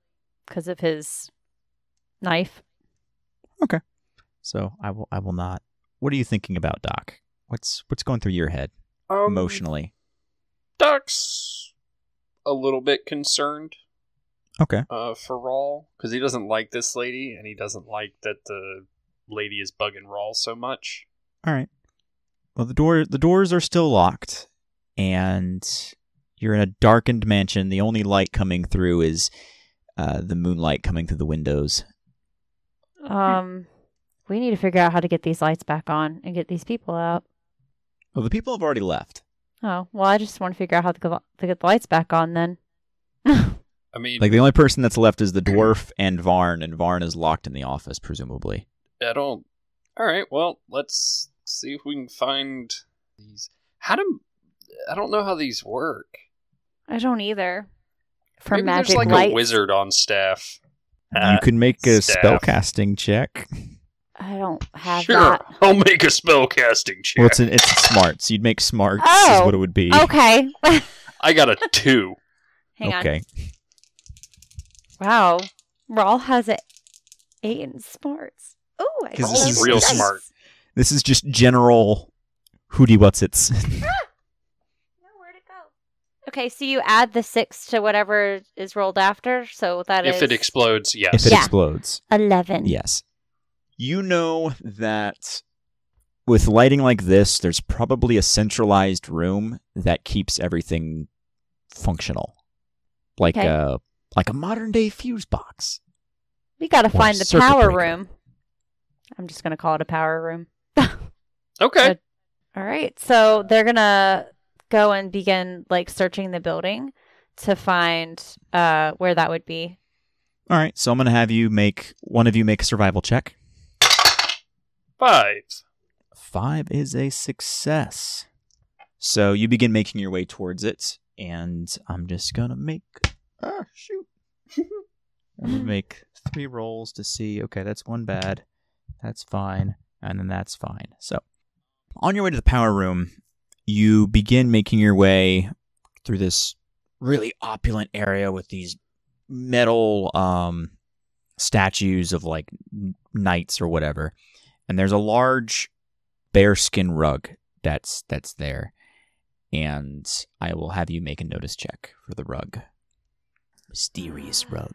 S3: because of his knife.
S2: So I will I will not. What are you thinking about, Doc? What's what's going through your head
S1: Um,
S2: emotionally?
S1: Doc's a little bit concerned
S2: Okay.
S1: uh, for Rawl because he doesn't like this lady and he doesn't like that the lady is bugging Rawl so much.
S2: All right. Well, the door the doors are still locked, and you're in a darkened mansion. The only light coming through is uh, the moonlight coming through the windows.
S3: Um, we need to figure out how to get these lights back on and get these people out.
S2: Well, the people have already left.
S3: Oh well, I just want to figure out how to, go- to get the lights back on. Then
S1: I mean,
S2: Like the only person that's left is the dwarf and Varn, and Varn is locked in the office, presumably.
S1: I don't. All right, well, let's see if we can find these. How do I don't know how these work.
S3: I don't either. For
S1: Maybe
S3: magic
S1: there's like
S3: lights,
S1: a wizard on staff.
S2: you
S1: Uh,
S2: can make a
S1: staff.
S2: spellcasting check.
S3: I don't have
S1: sure,
S3: that.
S1: I'll make a spell casting check.
S2: Well, it's an, it's smarts. You'd make smarts is
S3: Oh.
S2: what it would be.
S3: Okay,
S1: I got a two.
S3: hang on.
S2: Okay.
S3: Wow, Rawl has it eight in smarts. Oh, I
S2: 'Cause
S3: got
S2: this
S3: those
S2: is real
S3: dice.
S1: smart.
S2: This is just general hooty what's its.
S3: No, where'd it go? Okay, so you add the six to whatever is rolled after, so that is
S1: If it explodes,
S2: If
S1: yes.
S2: it
S3: Yeah.
S2: explodes,
S3: eleven.
S2: yes. You know that with lighting like this, there's probably a centralized room that keeps everything functional, like
S3: Okay.
S2: a like a modern day fuse box.
S3: We gotta
S2: Or
S3: find the
S2: circuit
S3: power
S2: breaker.
S3: room. I'm just gonna call it a power room.
S1: Okay.
S3: All right, so they're gonna go and begin like searching the building to find uh where that would be.
S2: All right, so I'm gonna have you make one of you make a survival check.
S1: Five.
S2: Five is a success. So you begin making your way towards it, and I'm just gonna make. Ah, shoot. I'm gonna make three rolls to see. Okay, that's one bad. That's fine, and then that's fine. So, on your way to the power room, you begin making your way through this really opulent area with these metal um, statues of like n- knights or whatever, and there's a large bearskin rug that's that's there and i will have you make a notice check for the rug mysterious rug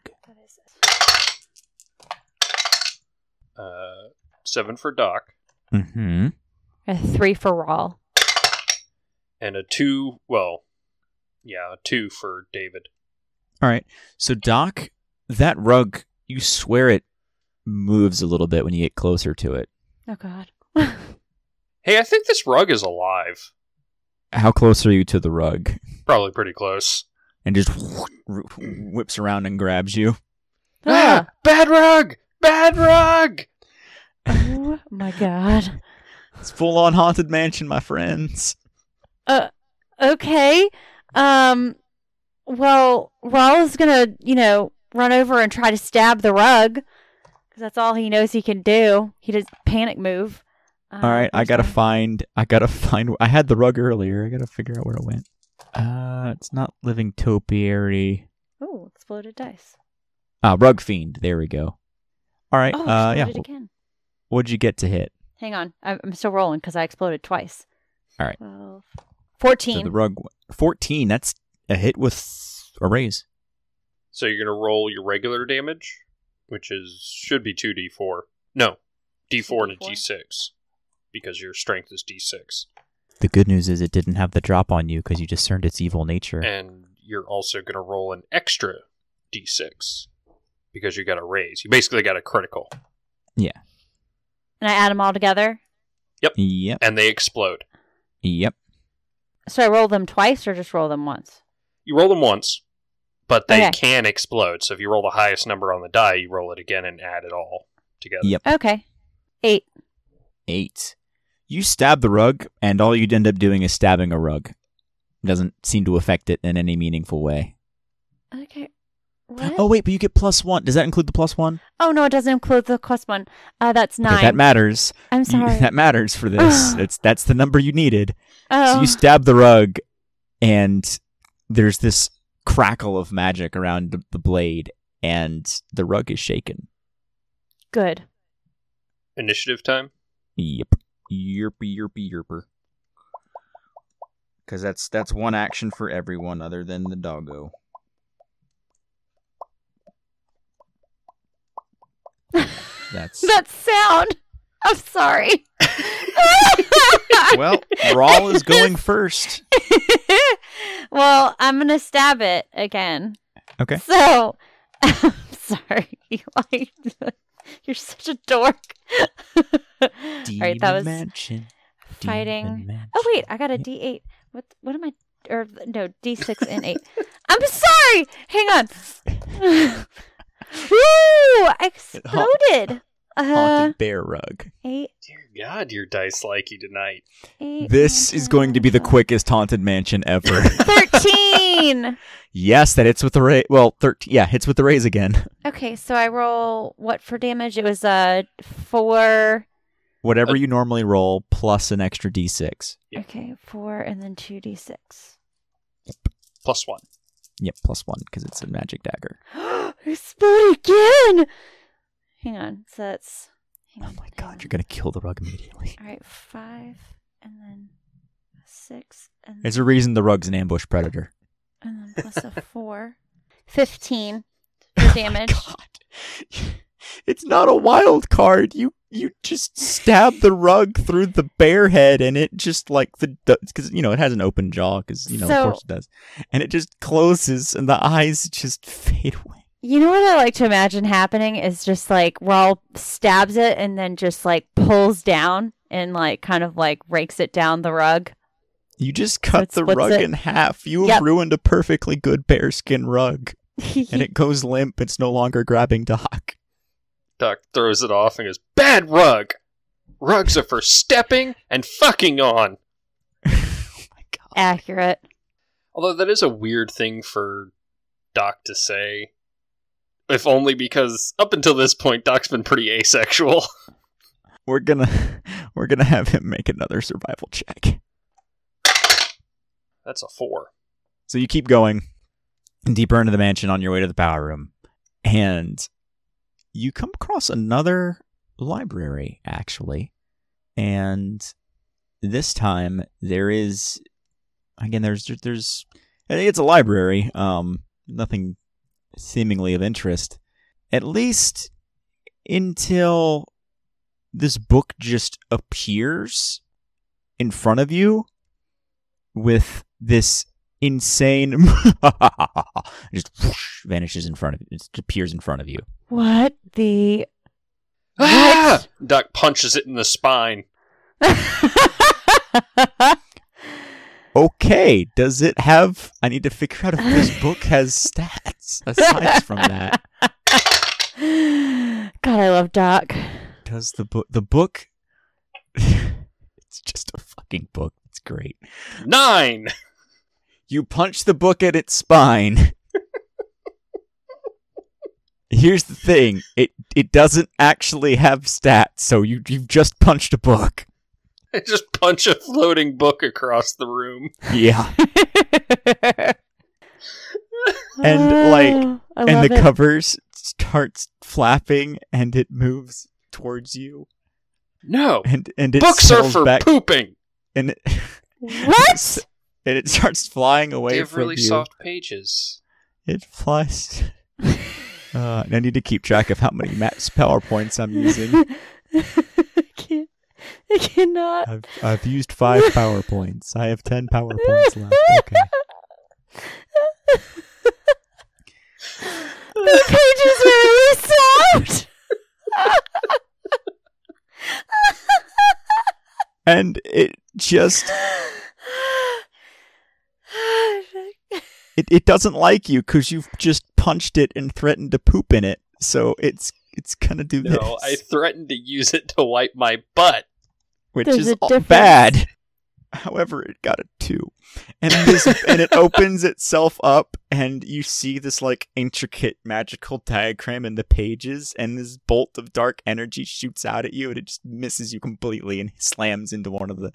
S1: Uh, seven for Doc
S2: mm-hmm
S3: A three for Rawl.
S1: and a two. Well, yeah, a two for David.
S2: all right so doc that rug you swear it moves a little bit when you get closer to it
S3: Oh God. I
S1: Hey, I think this rug is alive.
S2: how close are you to the rug
S1: Probably pretty close.
S2: and just whips around and grabs you
S1: Ah, bad rug. Bad rug.
S3: Oh my God.
S2: it's full on haunted mansion my friends
S3: Okay. Um. Well, Rawl is gonna, you know, run over and try to stab the rug because that's all he knows he can do. He does panic move. Um,
S2: All right, I
S3: there's
S2: gotta
S3: my-
S2: find. I gotta find. I had the rug earlier. I gotta figure out where it went. Uh, it's not living topiary.
S3: Oh, exploded dice.
S2: Ah, rug fiend. There we go. All right.
S3: Oh,
S2: uh, yeah.
S3: exploded again.
S2: What'd you get to hit?
S3: Hang on, I- I'm still rolling because I exploded twice.
S2: All right.
S3: 12,
S2: So
S3: 14.
S2: the rug. Fourteen. That's a hit with a raise.
S1: So you're gonna roll your regular damage, which is should be two d four. No, d four and a d six, because your strength is d six,
S2: The good news is it didn't have the drop on you because you discerned its evil nature.
S1: and you're also gonna roll an extra d six because you got a raise. You basically got a critical,
S3: and I add them all together.
S2: Yep.
S1: and they explode.
S2: Yep.
S3: So I roll them twice or just roll them once?
S1: You roll them once, but they
S3: Okay.
S1: can explode. So if you roll the highest number on the die, you roll it again and add it all together.
S2: Yep.
S3: Okay. Eight.
S2: Eight. You stab the rug, and all you'd end up doing is stabbing a rug. doesn't seem to affect it in any meaningful way.
S3: Okay. What?
S2: Oh wait, but you get plus one. Does that include the plus one?
S3: Oh, no, it doesn't include the plus one. Uh, that's
S2: Okay,
S3: nine.
S2: that matters.
S3: I'm
S2: You-
S3: sorry.
S2: that matters for this. it's that's the number you needed.
S3: oh.
S2: So you stab the rug, and there's this crackle of magic around the, the blade, and the rug is shaken.
S3: Good.
S1: Initiative time.
S2: Yep. Yerpy yerpy yerper. Because that's that's one action for everyone other than the doggo. That's
S3: That sound. I'm sorry.
S2: well. Rawl is going first.
S3: well, I'm going to stab it again.
S2: Okay.
S3: So, I'm sorry. Eli. You're such a dork. All right, that was
S2: mansion.
S3: fighting. Oh wait, I got a
S2: Yeah.
S3: D eight. What what am I or no, D six and eight. I'm sorry. Hang on. Woo! I Exploded. Uh,
S2: haunted bear rug.
S3: eight,
S1: Dear God, your dice like you tonight.
S3: eight,
S2: This
S3: nine,
S2: is
S3: ten,
S2: going to be the
S3: eleven,
S2: quickest haunted mansion ever.
S3: twelve. Thirteen.
S2: yes, that hits with the raise. Well, thirteen. Yeah, hits with the raise again.
S3: okay, so I roll what for damage? It was uh four.
S2: Whatever you normally roll, plus an extra d6.
S1: Yeah.
S3: Okay, four and then two D six.
S1: Plus one.
S2: Yep, plus one because it's a magic dagger.
S3: Explode again. Hang on. So that's. hang
S2: Oh
S3: on,
S2: my
S3: hang on.
S2: god, you're gonna kill the rug immediately.
S3: All right, five, and then six, and
S2: There's a reason the rug's an ambush predator.
S3: plus a four. 15
S2: Oh
S3: for damage.
S2: God. It's not a wild card. You you just stab the rug through the bear head, and it just like the because you know it has an open jaw because you know
S3: So-
S2: of course it does, and it just closes, and the eyes just fade away.
S3: You know what I like to imagine happening is just like Rawl stabs it and then just like pulls down and like kind of like rakes it down the rug.
S2: You just cut
S3: it
S2: the
S3: splits
S2: rug
S3: it.
S2: in half. You have
S3: Yep.
S2: ruined a perfectly good bearskin rug, and it goes limp. It's no longer grabbing Doc.
S1: Doc throws it off and goes, Bad rug! Rugs are for stepping and fucking on!
S2: oh my god.
S3: Accurate.
S1: Although that is a weird thing for Doc to say. If only because up until this point, Doc's been pretty asexual.
S2: We're gonna we're gonna have him make another survival check.
S1: That's a four.
S2: So you keep going deeper into the mansion on your way to the power room, and you come across another library, actually. And this time there is, again, there's there's, I think it's a library. Um, nothing seemingly of interest, at least until this book just appears in front of you with this insane just whoosh, vanishes in front of you. It appears in front of you.
S3: What the
S1: Ah! Doc punches it in the spine.
S2: Okay, does it have? I need to figure out if this book has stats aside from that.
S3: God, I love Doc.
S2: Does the book? The book? it's just a fucking book. It's great.
S1: Nine!
S2: You punch the book at its spine. Here's the thing. It it doesn't actually have stats, so you you've just punched a book.
S1: I just punch a floating book across the room.
S2: Yeah. And, like,
S3: Oh, I
S2: and
S3: love
S2: the
S3: it.
S2: covers starts flapping and it moves towards you
S1: No!
S2: and and it
S1: Books are
S2: sails
S1: for
S2: back
S1: pooping!
S2: and it,
S3: What?
S2: and it starts flying away
S1: They have
S2: from
S1: really
S2: you
S1: soft pages.
S2: it flies uh, and i need to keep track of how many maps powerpoints i'm using
S3: I can't. I cannot.
S2: I've, I've used five powerpoints i have ten powerpoints left okay
S3: the pages are really soft.
S2: and it just it, it doesn't like you because you've just punched it and threatened to poop in it so it's it's gonna do this
S1: No, I threatened to use it to wipe my butt.
S2: which
S3: There's
S2: is
S3: a
S2: all
S3: difference.
S2: bad. However, it got a two, and this and it opens itself up, and you see this like intricate magical diagram in the pages, and this bolt of dark energy shoots out at you, and it just misses you completely and slams into one of the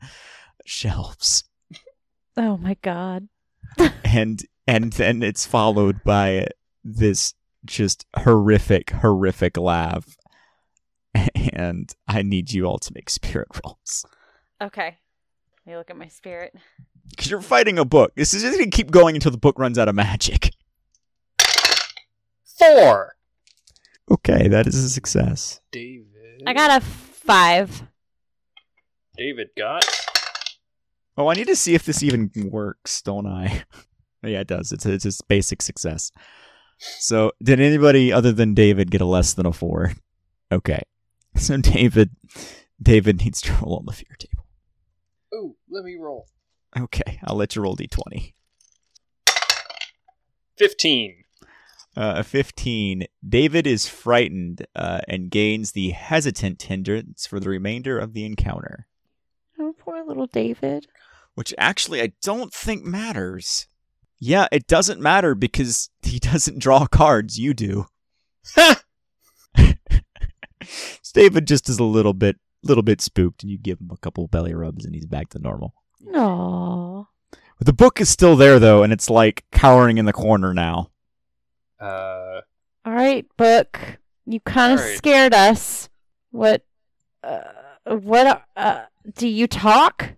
S2: shelves,
S3: oh my god.
S2: and and then it's followed by this just horrific, horrific laugh, and I need you all to make spirit rolls.
S3: Okay. Let me look at my spirit.
S2: Because you're fighting a book. This is just going to keep going until the book runs out of magic.
S1: Four!
S2: Okay, that is a success.
S1: David.
S3: I got a five.
S1: David got.
S2: Oh, I need to see if this even works, don't I? yeah, it does. It's it's just basic success. So, did anybody other than David get a less than a four? Okay, so David, David needs to roll on the fear table.
S1: Ooh, let me roll.
S2: Okay, I'll let you roll d20.
S1: 15.
S2: Uh, a 15. David is frightened uh, and gains the hesitant hindrance for the remainder of the encounter.
S3: Oh, poor little David.
S2: which actually I don't think matters. Yeah, it doesn't matter because he doesn't draw cards. You do.
S1: Ha!
S2: So David just is a little bit, little bit spooked, and you give him a couple belly rubs, and he's back to normal.
S3: No.
S2: But the book is still there though, and it's like cowering in the corner now.
S1: Uh,
S3: All right, book. You kind of
S1: All right.
S3: scared us. What? Uh, what? Uh, do you talk?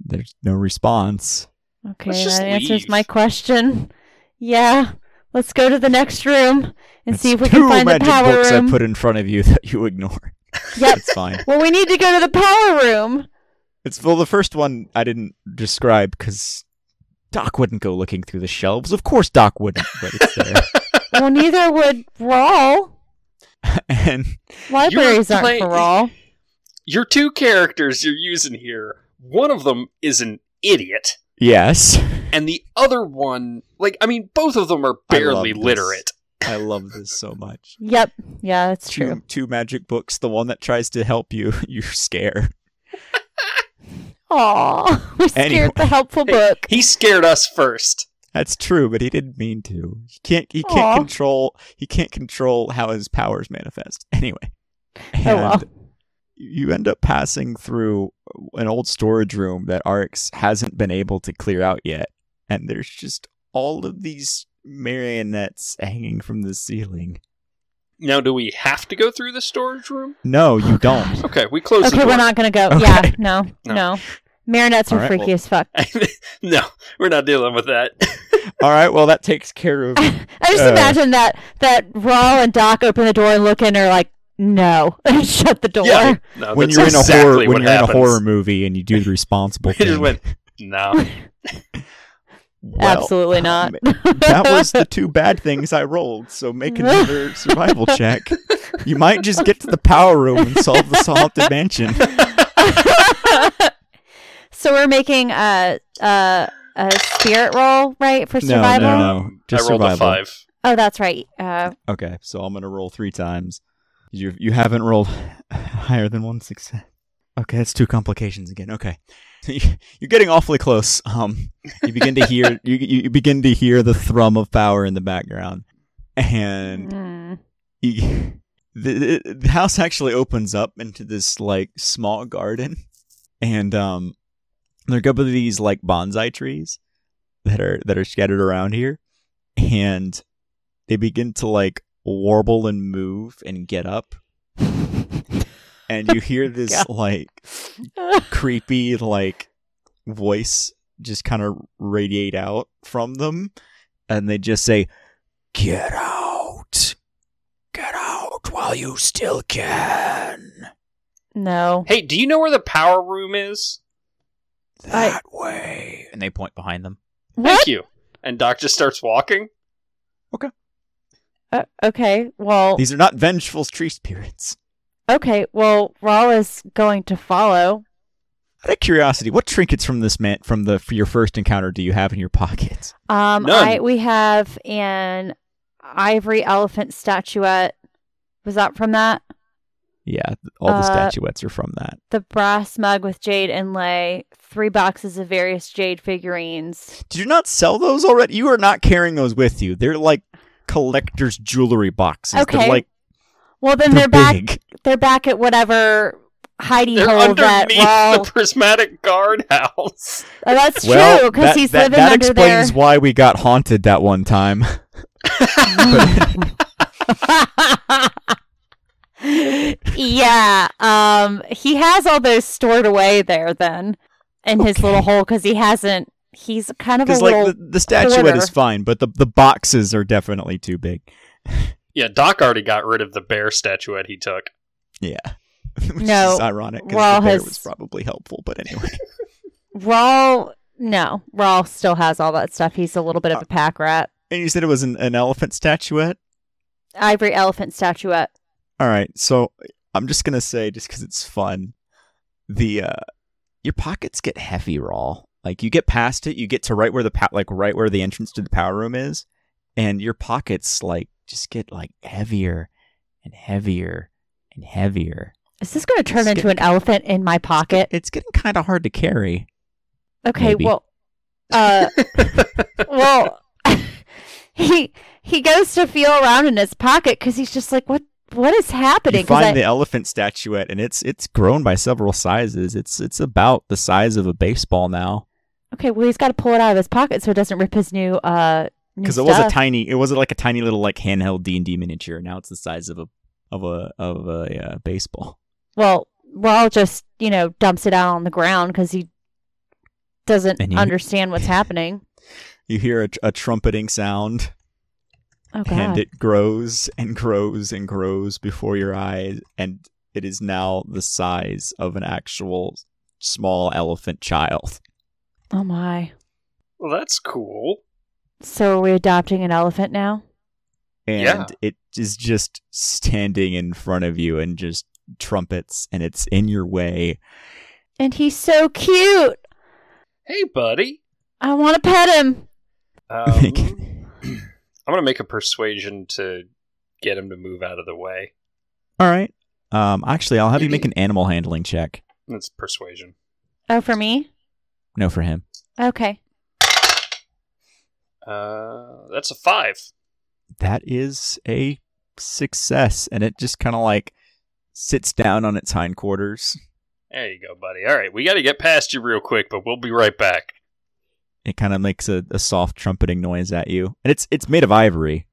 S2: There's no response.
S3: Okay,
S1: Let's just
S3: that answers
S1: leave.
S3: my question. Yeah. Let's go to the next room and
S2: It's
S3: see if we
S2: two
S3: can find the
S2: magic
S3: power
S2: books
S3: room.
S2: I put in front of you that you ignore.
S3: Yep.
S2: It's fine.
S3: well, we need to go to the power room.
S2: It's well, the first one I didn't describe because Doc wouldn't go looking through the shelves. Of course, Doc wouldn't, but it's there.
S3: Well, neither would Rawl.
S2: and
S3: Libraries aren't
S1: play-
S3: for Rawl.
S1: Your two characters you're using here, one of them is an idiot,
S2: yes,
S1: and the other one, like, I mean, both of them are
S2: I love
S1: barely
S2: this.
S1: literate.
S2: I love this so much.
S3: Yep. Yeah, that's
S2: two
S3: true.
S2: two magic books. The one that tries to help you, you scare.
S3: Aw. We scared
S2: Anyway.
S3: the helpful
S1: Hey.
S3: book.
S1: He scared us first.
S2: That's true, but he didn't mean to. He can't. He can't
S3: Aw.
S2: control. He can't control how his powers manifest. Anyway, and
S3: Oh, well.
S2: you end up passing through an old storage room that Arx hasn't been able to clear out yet, and there's just all of these marionettes hanging from the ceiling.
S1: Now, do we have to go through the storage room?
S2: No, you
S3: Oh,
S2: don't.
S3: God.
S1: Okay, we close the
S3: Okay,
S1: door.
S3: we're not going to go.
S2: Okay.
S3: Yeah, no,
S1: No.
S3: no. Marionettes are
S2: All right,
S3: freaky
S2: well-
S3: as fuck.
S1: no, we're not dealing with that.
S2: All right, well that takes care of.
S3: I just
S2: Uh.
S3: imagine that that Rawl and Doc open the door and look in and are like, no, and shut the door.
S1: Yeah, no,
S2: when
S1: that's
S2: you're in a
S1: exactly
S2: horror
S1: what
S2: when you're
S1: happens.
S2: in a horror movie and you do the responsible
S1: We
S2: thing.
S1: just went, no.
S2: Well,
S3: Absolutely
S2: um,
S3: not.
S2: that was the two bad things I rolled. So make another survival check. You might just get to the power room and solve the haunted mansion.
S3: so we're making a a, a spirit roll, right, for
S2: No, no,
S3: survival?
S2: no. just
S1: I rolled a
S2: survival.
S1: five.
S3: Oh, that's right. Uh,
S2: Okay, so I'm gonna roll three times. You you haven't rolled higher than one success. Okay, that's two complications again. Okay, you're getting awfully close. Um, you begin to hear you you begin to hear the thrum of power in the background, and
S3: mm.
S2: you- the, the- the house actually opens up into this like small garden and um there are a couple of these like bonsai trees that are that are scattered around here and they begin to like warble and move and get up and you hear this
S3: God.
S2: like
S3: hmm.
S2: creepy like voice just kind of radiate out from them and they just say get out get out while you still can
S3: no.
S1: Hey, do you know where the power room is?
S3: I-
S2: that way and they point behind them
S1: Thank
S3: What?
S1: you. And Doc just starts walking.
S3: Uh, okay. Well.
S2: these are not vengeful tree spirits
S3: okay. Well, Rawl is going to follow.
S2: out of curiosity what trinkets from this man from the for your first encounter do you have in your pockets
S3: Um,
S1: None.
S3: I we have an ivory elephant statuette. Was that from that?
S2: yeah all the
S3: Uh,
S2: statuettes are from that
S3: The brass mug with jade inlay, three boxes of various jade figurines.
S2: Did you not sell those already? You are not carrying those with you. They're like collector's jewelry boxes. They're
S3: Okay.
S2: like
S3: Well, then
S2: they're
S3: they're, back.
S2: big.
S3: They're back at whatever hidey
S1: They're
S3: hole that
S1: underneath
S3: Rawl.
S1: the prismatic guardhouse.
S3: Oh, that's true
S2: Well,
S3: because
S2: that,
S3: he's
S2: that,
S3: living
S2: that
S3: under there.
S2: explains why we got haunted that one time.
S3: yeah. Um he has all those stored away there then in his little hole cuz he hasn't he's kind of a
S2: Because
S3: little
S2: like the, the statuette
S3: quarter.
S2: is fine, but the the boxes are definitely too big.
S1: Yeah, Doc already got rid of the bear statuette he took.
S2: Yeah. Which
S3: No,
S2: is ironic because
S3: Raoul
S2: the bear
S3: has-
S2: was probably helpful, but anyway.
S3: Rawl no, Rawl still has all that stuff. He's a little
S2: Uh,
S3: bit of a pack rat.
S2: and you said it was an, an elephant statuette?
S3: Ivory elephant statuette.
S2: All right, so I'm just gonna say, just because it's fun, the uh, your pockets get heavy, raw. Like you get past it, you get to right where the pa- like right where the entrance to the power room is, and your pockets like just get like heavier and heavier and heavier.
S3: Is this going to turn
S2: It's
S3: into an elephant in my pocket?
S2: It's getting kind of hard to carry.
S3: Okay,
S2: maybe.
S3: well uh well he he goes to feel around in his pocket cuz he's just like what what is happening
S2: You
S3: 'Cause
S2: find
S3: I-
S2: the elephant statuette, and it's it's grown by several sizes. It's it's about the size of a baseball now.
S3: Okay, well he's got to pull it out of his pocket so it doesn't rip his new uh new
S2: because it was a
S3: stuff.
S2: tiny it was like a tiny little like handheld d&d miniature now it's the size of a of a of a uh, baseball
S3: well, Rawl just you know dumps it out on the ground because he doesn't
S2: And you-
S3: understand what's happening.
S2: You hear a, a trumpeting sound,
S3: Oh god.
S2: and it grows and grows and grows before your eyes, and it is now the size of an actual small elephant child.
S3: oh my.
S1: Well, that's cool.
S3: So are we adopting an elephant now?
S2: And
S1: Yeah.
S2: it is just standing in front of you and just trumpets, and it's in your way.
S3: And he's so cute.
S1: Hey, buddy.
S3: I want to pet him.
S1: Um,
S2: Make it-
S1: I'm gonna make a persuasion to get him to move out of the way.
S2: All right. Um, actually, I'll have you make an animal handling check.
S1: That's persuasion.
S3: Oh, for me?
S2: No, for him.
S3: Okay.
S1: Uh, that's a five.
S2: that is a success and it just kind of like sits down on its hindquarters
S1: There you go, buddy. All right, we got to get past you real quick, but we'll be right back.
S2: it kind of makes a, a soft trumpeting noise at you and it's it's made of ivory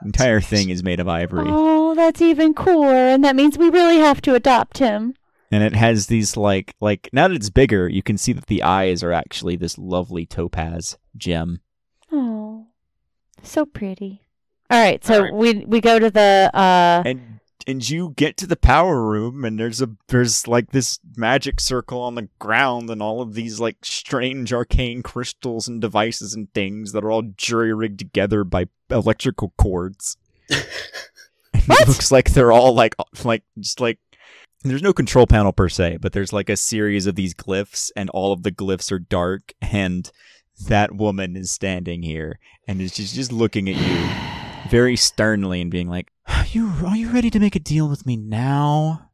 S2: the entire thing is made of ivory
S3: Oh, that's even cooler, and that means we really have to adopt him.
S2: and it has these like like now that it's bigger you can see that the eyes are actually this lovely topaz gem
S3: Oh, so pretty. All right, so
S1: All right.
S3: we we go to the uh
S2: and and you get to the power room and there's a there's like this magic circle on the ground and all of these like strange arcane crystals and devices and things that are all jury rigged together by electrical cords And
S3: What?
S2: it looks like they're all like like just like there's no control panel per se but there's like a series of these glyphs and all of the glyphs are dark and that woman is standing here and is just just looking at you very sternly and being like, "Are you are you ready to make a deal with me now?"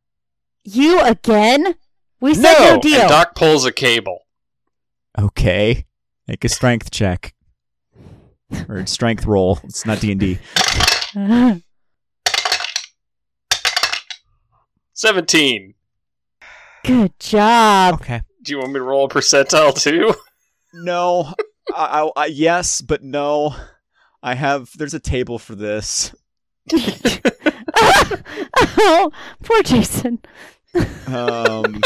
S3: you again. We said no,
S1: And
S3: deal.
S1: Doc pulls a cable.
S2: Okay, make a strength check or a strength roll. It's not D and D.
S1: Seventeen.
S3: Good job.
S2: Okay.
S1: Do you want me to roll a percentile too?
S2: No. I, I, I yes, but no. I have. There's a table for this.
S3: oh, poor Jason.
S2: Um,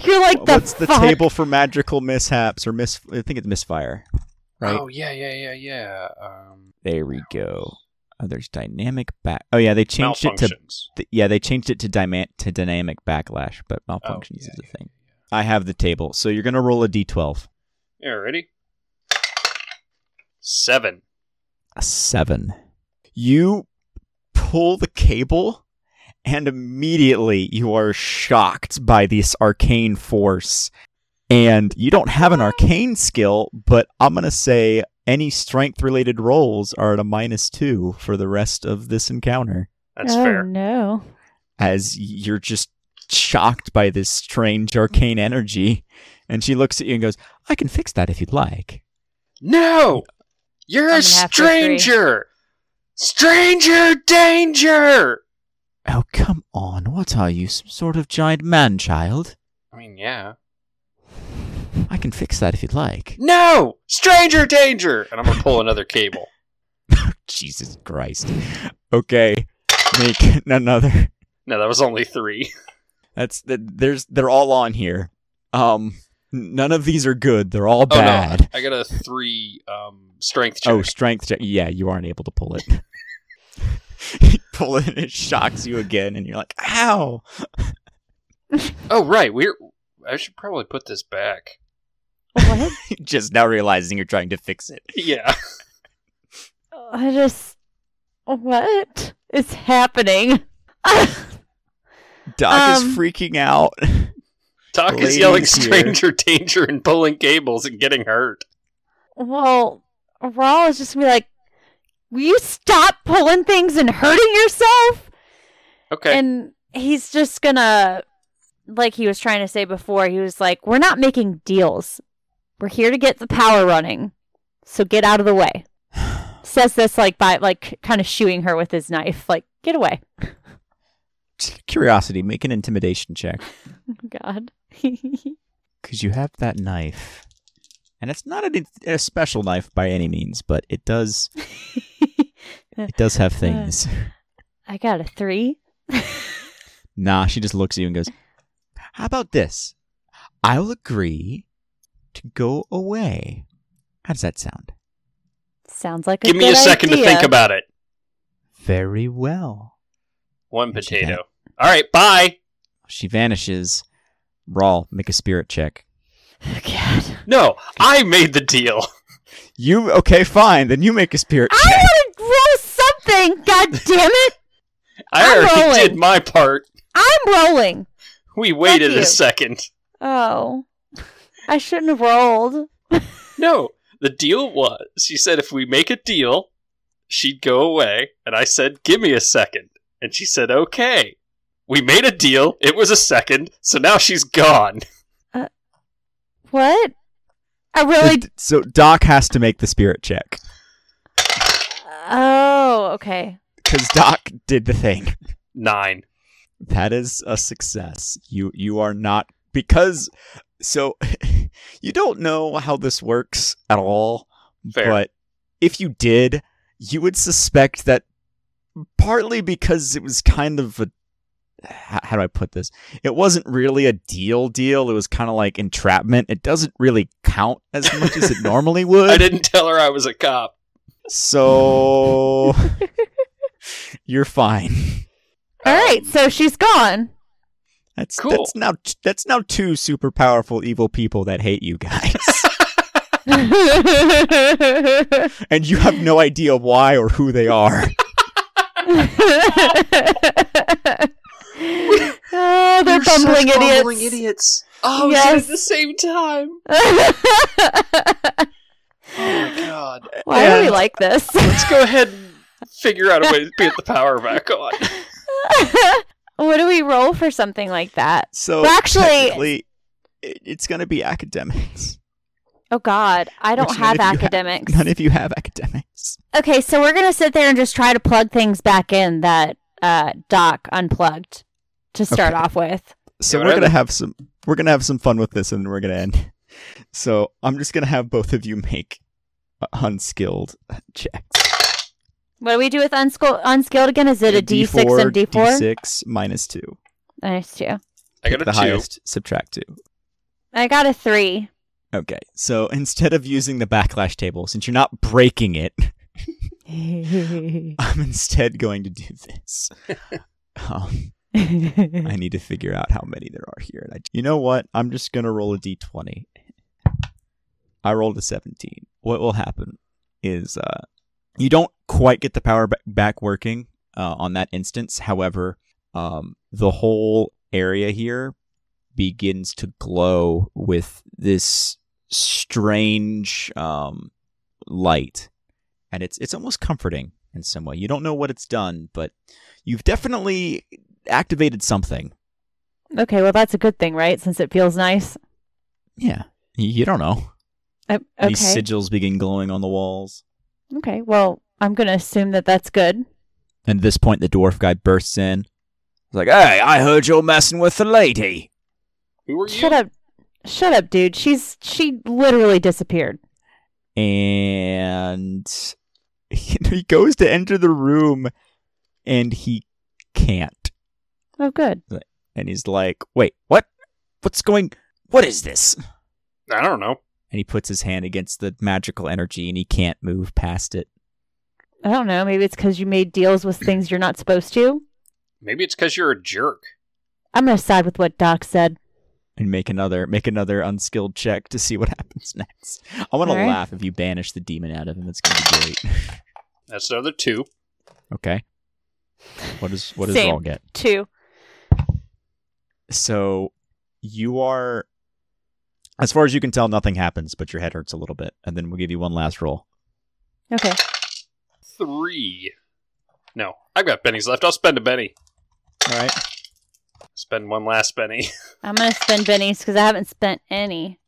S3: You're like the
S2: what's the
S3: fuck?
S2: table for magical mishaps or mis? I think it's misfire. Right.
S1: Oh yeah, yeah, yeah, yeah. Um,
S2: There we go. Oh, there's dynamic back. Oh yeah, they changed it to
S1: malfunctions.
S2: th- yeah, they changed it to dyma- to dynamic backlash, but malfunctions
S1: Oh, yeah,
S2: is a thing. I have the table, so you're gonna roll a d12,
S1: Alrighty. Seven.
S2: a seven. You pull the cable, and immediately you are shocked by this arcane force. And you don't have an arcane skill, but I'm gonna say any strength related rolls are at a minus two for the rest of this encounter.
S1: That's
S3: oh
S1: fair.
S3: no.
S2: as you're just shocked by this strange arcane energy. And she looks at you and goes, I can fix that if you'd like.
S1: No! You're
S3: I'm
S1: a
S3: gonna have to agree.
S1: stranger! Stranger danger!
S2: Oh, come on. What are you, some sort of giant man child?
S1: I mean, yeah.
S2: I can fix that if you'd like.
S1: No! Stranger danger! And I'm gonna pull another cable.
S2: Jesus Christ. Okay. Make another.
S1: No, that was only three.
S2: That's th- there's they're all on here. Um none of these are good. They're all
S1: Oh
S2: bad.
S1: no, I got a three um, strength check.
S2: Oh, strength check. Yeah, you aren't able to pull it. You pull it and it shocks you again and you're like, "Ow."
S1: Oh, right. We're. I should probably put this back.
S3: What?
S2: just now realizing you're trying to fix it.
S1: Yeah.
S3: I just what is happening?
S2: Doc
S3: Um,
S2: is freaking out.
S1: Doc is
S2: Lady
S1: yelling
S2: here.
S1: stranger danger and pulling cables and getting hurt.
S3: Well, Rawl is just gonna be like, "Will you stop pulling things and hurting yourself?"
S1: Okay.
S3: And he's just gonna, like he was trying to say before, he was like, "We're not making deals. We're here to get the power running, so get out of the way." Says this like by like kind of shooing her with his knife, like get away.
S2: Curiosity, make an intimidation check
S3: God.
S2: because you have that knife, and it's not a, a special knife by any means, but it does it does have things.
S3: I got a three.
S2: Nah, she just looks at you and goes, "How about this? I'll agree to go away." How does that sound?
S3: Sounds like a
S1: Give me
S3: good
S1: a second
S3: idea.
S1: to think about it.
S2: Very well.
S1: One
S2: What you
S1: potato. All right, bye.
S2: She vanishes. Rawl, make a spirit check.
S3: God.
S1: No, I made the deal.
S2: You okay? Fine. Then you make a spirit
S3: I
S2: check.
S3: want to roll something. God damn it!
S1: I
S3: I'm
S1: already
S3: rolling.
S1: did my part.
S3: I'm rolling.
S1: We waited
S3: you.
S1: a second.
S3: Oh, I shouldn't have rolled.
S1: No, the deal was she said if we make a deal, she'd go away, and I said, "Give me a second. and she said, "Okay." We made a deal. It was a second, so now she's gone.
S3: What? I really.
S2: So Doc has to make the spirit check
S3: Oh, okay.
S2: because Doc did the thing.
S1: Nine.
S2: That is a success. You you are not because so you don't know how this works at all.
S1: Fair.
S2: But if you did, you would suspect that partly because it was kind of a how, how do I put this? It wasn't really a deal deal. It was kind of like entrapment. It doesn't really count as much as it normally would.
S1: I didn't tell her I was a cop.
S2: So you're fine.
S3: All right,
S1: Um,
S3: so she's gone.
S2: That's
S1: Cool.
S2: that's now that's now two super powerful evil people that hate you guys,
S3: Oh,
S2: and you have no idea why or who they are.
S3: oh, they're
S1: We're such
S3: bumbling idiots.
S1: bumbling idiots. Oh, yes.
S3: Yes.
S1: at the same time. Oh my god.
S3: Why are we
S2: And-
S3: like this?
S1: Let's go ahead and figure out a way to get the power back on.
S3: what do we roll for something like that?
S2: So
S3: Well, actually-
S2: technically, it, it's going to be academics.
S3: Oh God, I don't
S2: Which none
S3: have
S2: of
S3: e-
S2: you have-
S3: academics.
S2: None of you have academics.
S3: okay, so we're gonna sit there and just try to plug things back in that uh, Doc unplugged to start
S2: Okay.
S3: off with.
S2: So
S1: Yeah,
S2: we're
S1: whatever.
S2: gonna have some we're gonna have some fun with this, and then we're gonna end. So I'm just gonna have both of you make uh, unskilled checks.
S3: What do we do with unskilled? Unskilled again? Is it a D six and D four?
S2: six minus two.
S3: Nice two.
S1: I got a
S2: the
S1: two.
S2: highest. Subtract two.
S3: I got a three.
S2: Okay, so instead of using the backlash table, since you're not breaking it, I'm instead going to do this. um, I need to figure out how many there are here. And I, you know what? I'm just gonna roll a d20. I rolled a 17. What will happen is uh, you don't quite get the power ba- back working uh, on that instance. However, um, the whole area here begins to glow with this strange um, light, and it's it's almost comforting in some way. You don't know what it's done, but you've definitely activated something.
S3: okay, well that's a good thing, right? Since it feels nice.
S2: Yeah, you, you don't know.
S3: I, okay.
S2: These sigils begin glowing on the walls.
S3: okay. Well, I'm gonna assume that that's good.
S2: And at this point, the dwarf guy bursts in. He's like, "Hey, I heard you're messing with the lady."
S1: Who were you?
S3: Shut up. Shut up, dude. She's she literally disappeared.
S2: and he goes to enter the room and he can't
S3: Oh good.
S2: and he's like wait what what's going what is this and
S1: I don't know.
S2: he puts his hand against the magical energy and he can't move past it
S3: I don't know, maybe it's cuz you made deals with things you're not supposed to.
S1: Maybe it's because you're a jerk.
S3: I'm going to side with what Doc said.
S2: and make another make another unskilled check to see what happens next i want to
S3: Alright.
S2: laugh if you banish the demon out of him it's gonna be great
S1: That's another two.
S2: okay what does what does
S3: Same.
S2: all get
S3: Two.
S2: so you are as far as you can tell nothing happens but your head hurts a little bit and then we'll give you one last roll
S3: Okay.
S1: Three. No, I've got pennies left. I'll spend a penny.
S2: all right
S1: Spend one last penny.
S3: I'm going to spend bennies cuz I haven't spent any.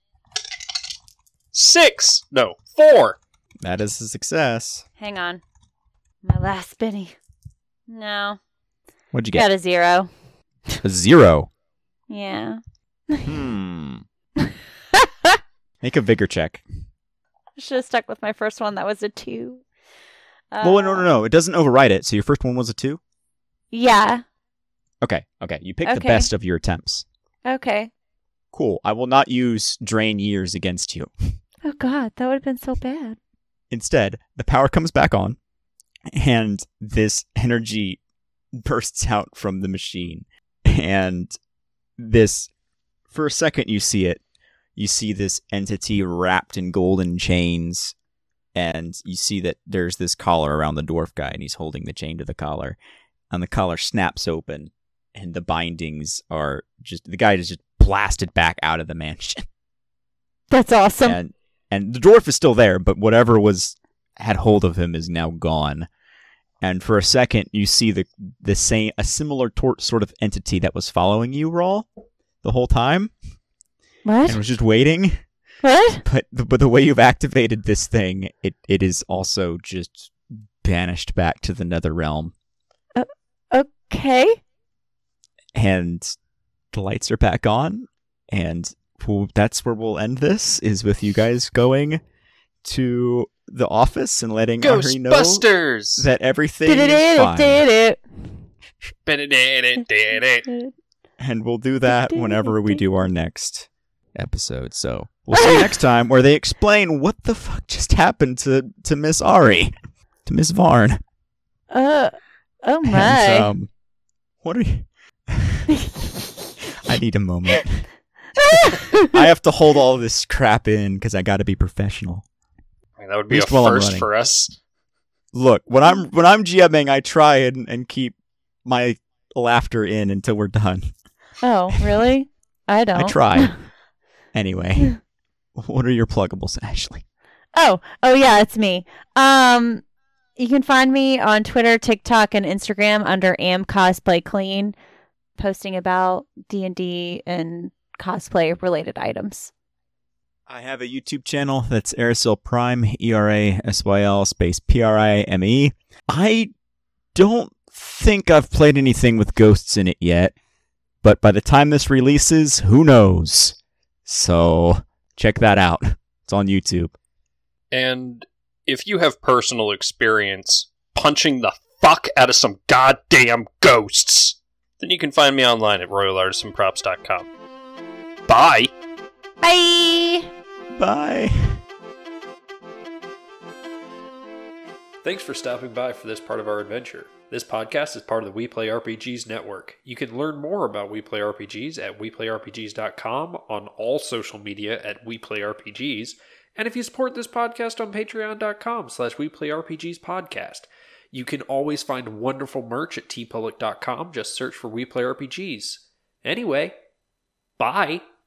S1: Six. No, four.
S2: that is a success
S3: Hang on. My last benny. No.
S2: what'd you
S3: Got a zero.
S2: a zero
S3: Yeah.
S2: hmm make a vigor check
S3: Should have stuck with my first one. That was a 2. Uh,
S2: well no no no it doesn't override it so your first one was a two
S3: Yeah.
S2: okay okay you picked the
S3: Okay.
S2: best of your attempts
S3: Okay.
S2: cool i will not use drain years against you
S3: Oh God, that would have been so bad.
S2: Instead, the power comes back on, and this energy bursts out from the machine. And this, for a second, you see it. You see this entity wrapped in golden chains, and you see that there's this collar around the dwarf guy, and he's holding the chain to the collar. And the collar snaps open, and the bindings are just the guy is just blasted back out of the mansion.
S3: That's awesome.
S2: And and the dwarf is still there, but whatever was had hold of him is now gone. And for a second, you see the the same a similar tor- sort of entity that was following you, Rawl, the whole time, and
S3: What?
S2: was just waiting.
S3: What?
S2: But the, but the way you've activated this thing, it, it is also just banished back to the Nether Realm,
S3: Okay.
S2: and the lights are back on, and well, that's where we'll end this. Is with you guys going to the office and letting Ari know
S1: Ghostbusters.
S2: that everything
S3: Did it,
S2: is fine.
S3: did it.
S1: Ba-da-da-da-da-da.
S2: And we'll do that whenever we do our next episode. So we'll see you next time where they explain what the fuck just happened to, to Miss Ari, to Miss Varn.
S3: Uh, oh
S2: And,
S3: my.
S2: um, what are you? I need a moment. I have to hold all this crap in because I got to be professional.
S1: I mean, That would be a
S2: Least while I'm
S1: first
S2: running.
S1: for us.
S2: Look, when I'm when I'm GMing, I try and, and keep my laughter in until we're done.
S3: oh, really? I don't.
S2: I try. anyway, what are your pluggables, Ashley?
S3: Oh, oh yeah, it's me. Um, you can find me on Twitter, TikTok, and Instagram under Am Cosplay Clean, posting about D and D and cosplay related items.
S2: I have a YouTube channel that's Aerosol Prime, E R A S Y L space P R I M E. I don't think I've played anything with ghosts in it yet, but by the time this releases, who knows? So check that out. It's on YouTube.
S1: And if you have personal experience punching the fuck out of some goddamn ghosts, then you can find me online at royalartisanprops.com. Bye.
S3: Bye.
S2: Bye.
S1: Thanks for stopping by for this part of our adventure. This podcast is part of the We Play RPGs network. You can learn more about We Play RPGs at weplayrpgs.com, on all social media at We Play RPGs, and if you support this podcast on patreon.com slash weplayrpgs podcast. You can always find wonderful merch at tpublic.com. Just search for We Play RPGs. Anyway, bye.